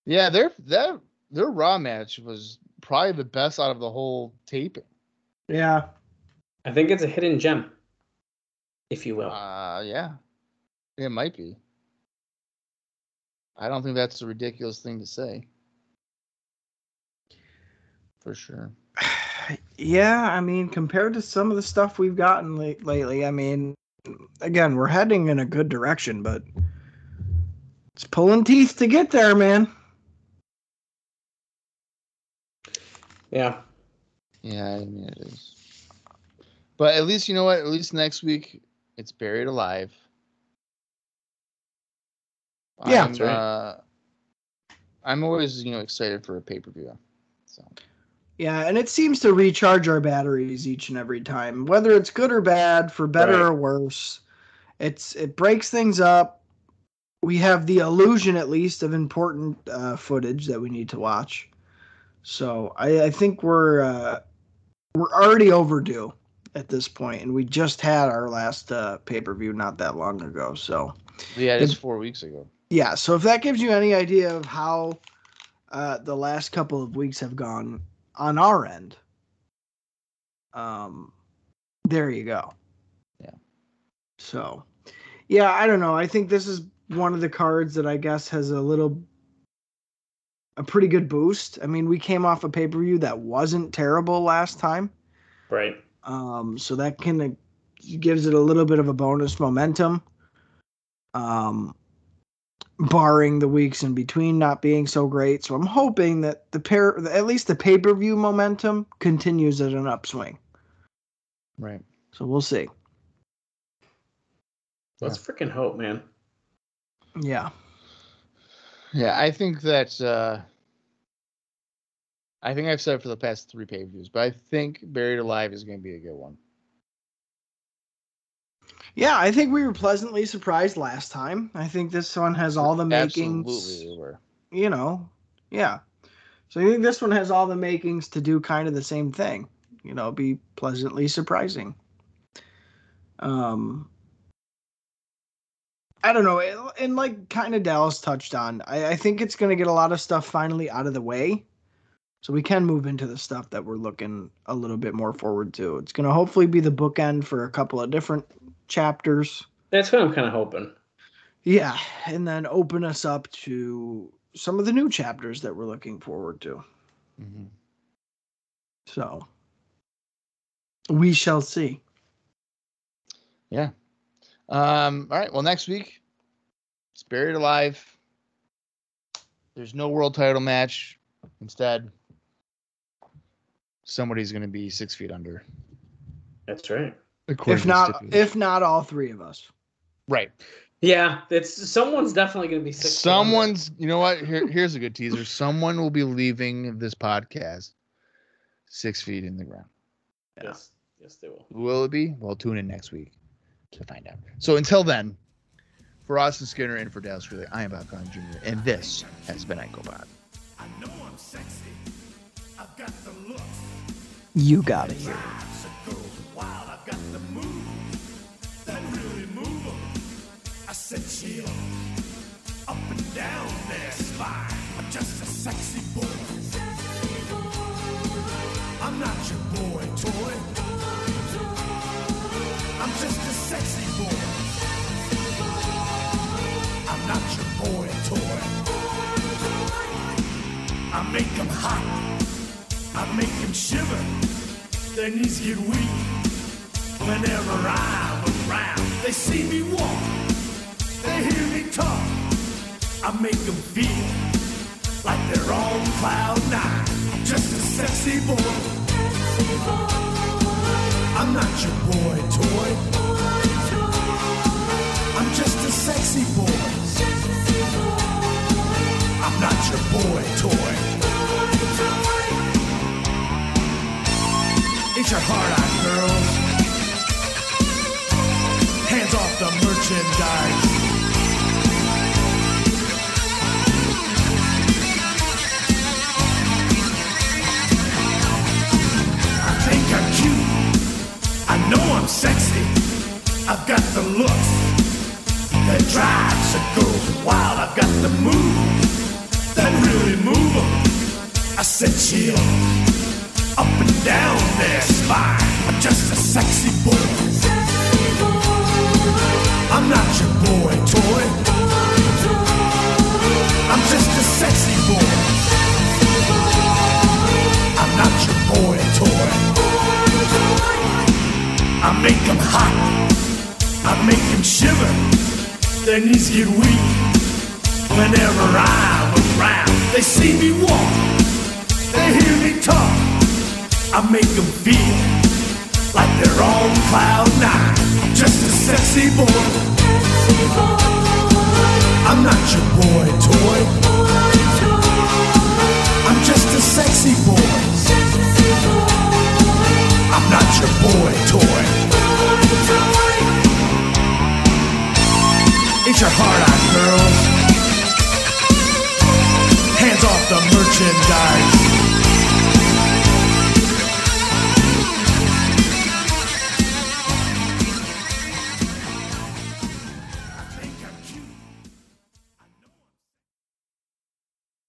Yeah, their that their raw match was probably the best out of the whole taping.
Yeah.
I think it's a hidden gem, if you will.
Uh yeah. It might be. I don't think that's a ridiculous thing to say. For sure.
yeah, I mean, compared to some of the stuff we've gotten late, lately, I mean, again, we're heading in a good direction, but it's pulling teeth to get there, man.
yeah.
Yeah, I mean it is. But at least you know what? At least next week it's buried alive.
Yeah.
I'm,
That's right.
uh, I'm always you know excited for a pay per view. So
Yeah, and it seems to recharge our batteries each and every time, whether it's good or bad, for better
Right.
or worse. It's it breaks things up. We have the illusion, at least, of important uh, footage that we need to watch. So I, I think we're uh, we're already overdue at this point, and we just had our last uh, pay per view not that long ago. So
yeah, it's
Did-
four weeks ago.
yeah so if that gives you any idea of how uh, the last couple of weeks have gone on our end um there you go
Yeah.
so yeah i don't know i think this is one of the cards that i guess has a little a pretty good boost i mean we came off a pay-per-view that wasn't terrible last time
Right.
um, so that kind of gives it a little bit of a bonus momentum. Um, barring the weeks in between not being so great, so I'm hoping that the pair, at least the pay per view momentum, continues at an upswing.
Right.
So we'll see.
Let's freaking hope, man.
Yeah,
Yeah, I think that uh I think I've said it for the past three pay per views, but I think Buried Alive is gonna be a good one.
yeah. I think we were pleasantly surprised last time. I think this one has all the makings.
Absolutely we were.
You know, yeah. So I think this one has all the makings to do kind of the same thing. You know, be pleasantly surprising. Um, I don't know, it- and like kind of Dallas touched on, I, I think it's going to get a lot of stuff finally out of the way, so we can move into the stuff that we're looking a little bit more forward to. It's going to hopefully be the bookend for a couple of different chapters.
That's what I'm kind of hoping.
Yeah, and then open us up to some of the new chapters that we're looking forward to.
Mhm.
So we shall see.
Um, all right. Well, next week, it's buried alive. There's no world title match. Instead, somebody's going to be six feet under.
That's right.
if not, if not all three of us.
right,
Yeah, it's someone's definitely gonna be sick.
someone's. You know what? Here, here's a good teaser. Someone will be leaving this podcast six feet in the ground.
Yes, yes, they will.
Who will it be? Well, tune in next week to find out. So until then, for Austin Skinner and for Dallas Greeley, I am Bob Collins Jr. and this has been Ico Bob.
I know I'm sexy. I've got the look.
You gotta hear.
I should go not your boy toy. I'm just a sexy boy. I'm not your boy toy. I make 'em hot. I make 'em shiver. Their knees get weak whenever I'm around. They see me walk. They hear me talk. I make 'em feel like they're on cloud nine. I'm just a sexy boy. I'm not your boy toy. I'm just a sexy boy. I'm not your boy toy. It's your heart out, girls. Hands off the merchandise. I think I'm cute. I know I'm sexy. I've got the looks that drives the girls wild. I've got the moves that really move 'em. I said chill up and down their spine. I'm just a sexy boy. I'm not your boy toy. I'm just a sexy boy. I'm not your boy toy. I make 'em hot. I make 'em shiver. Their knees get weak whenever I'm around. They see me walk. They hear me talk. I make 'em feel like they're on cloud nine. I'm just a sexy boy. I'm not your boy toy. I'm just a sexy boy. I'm not your boy toy. It's your heart out, girls.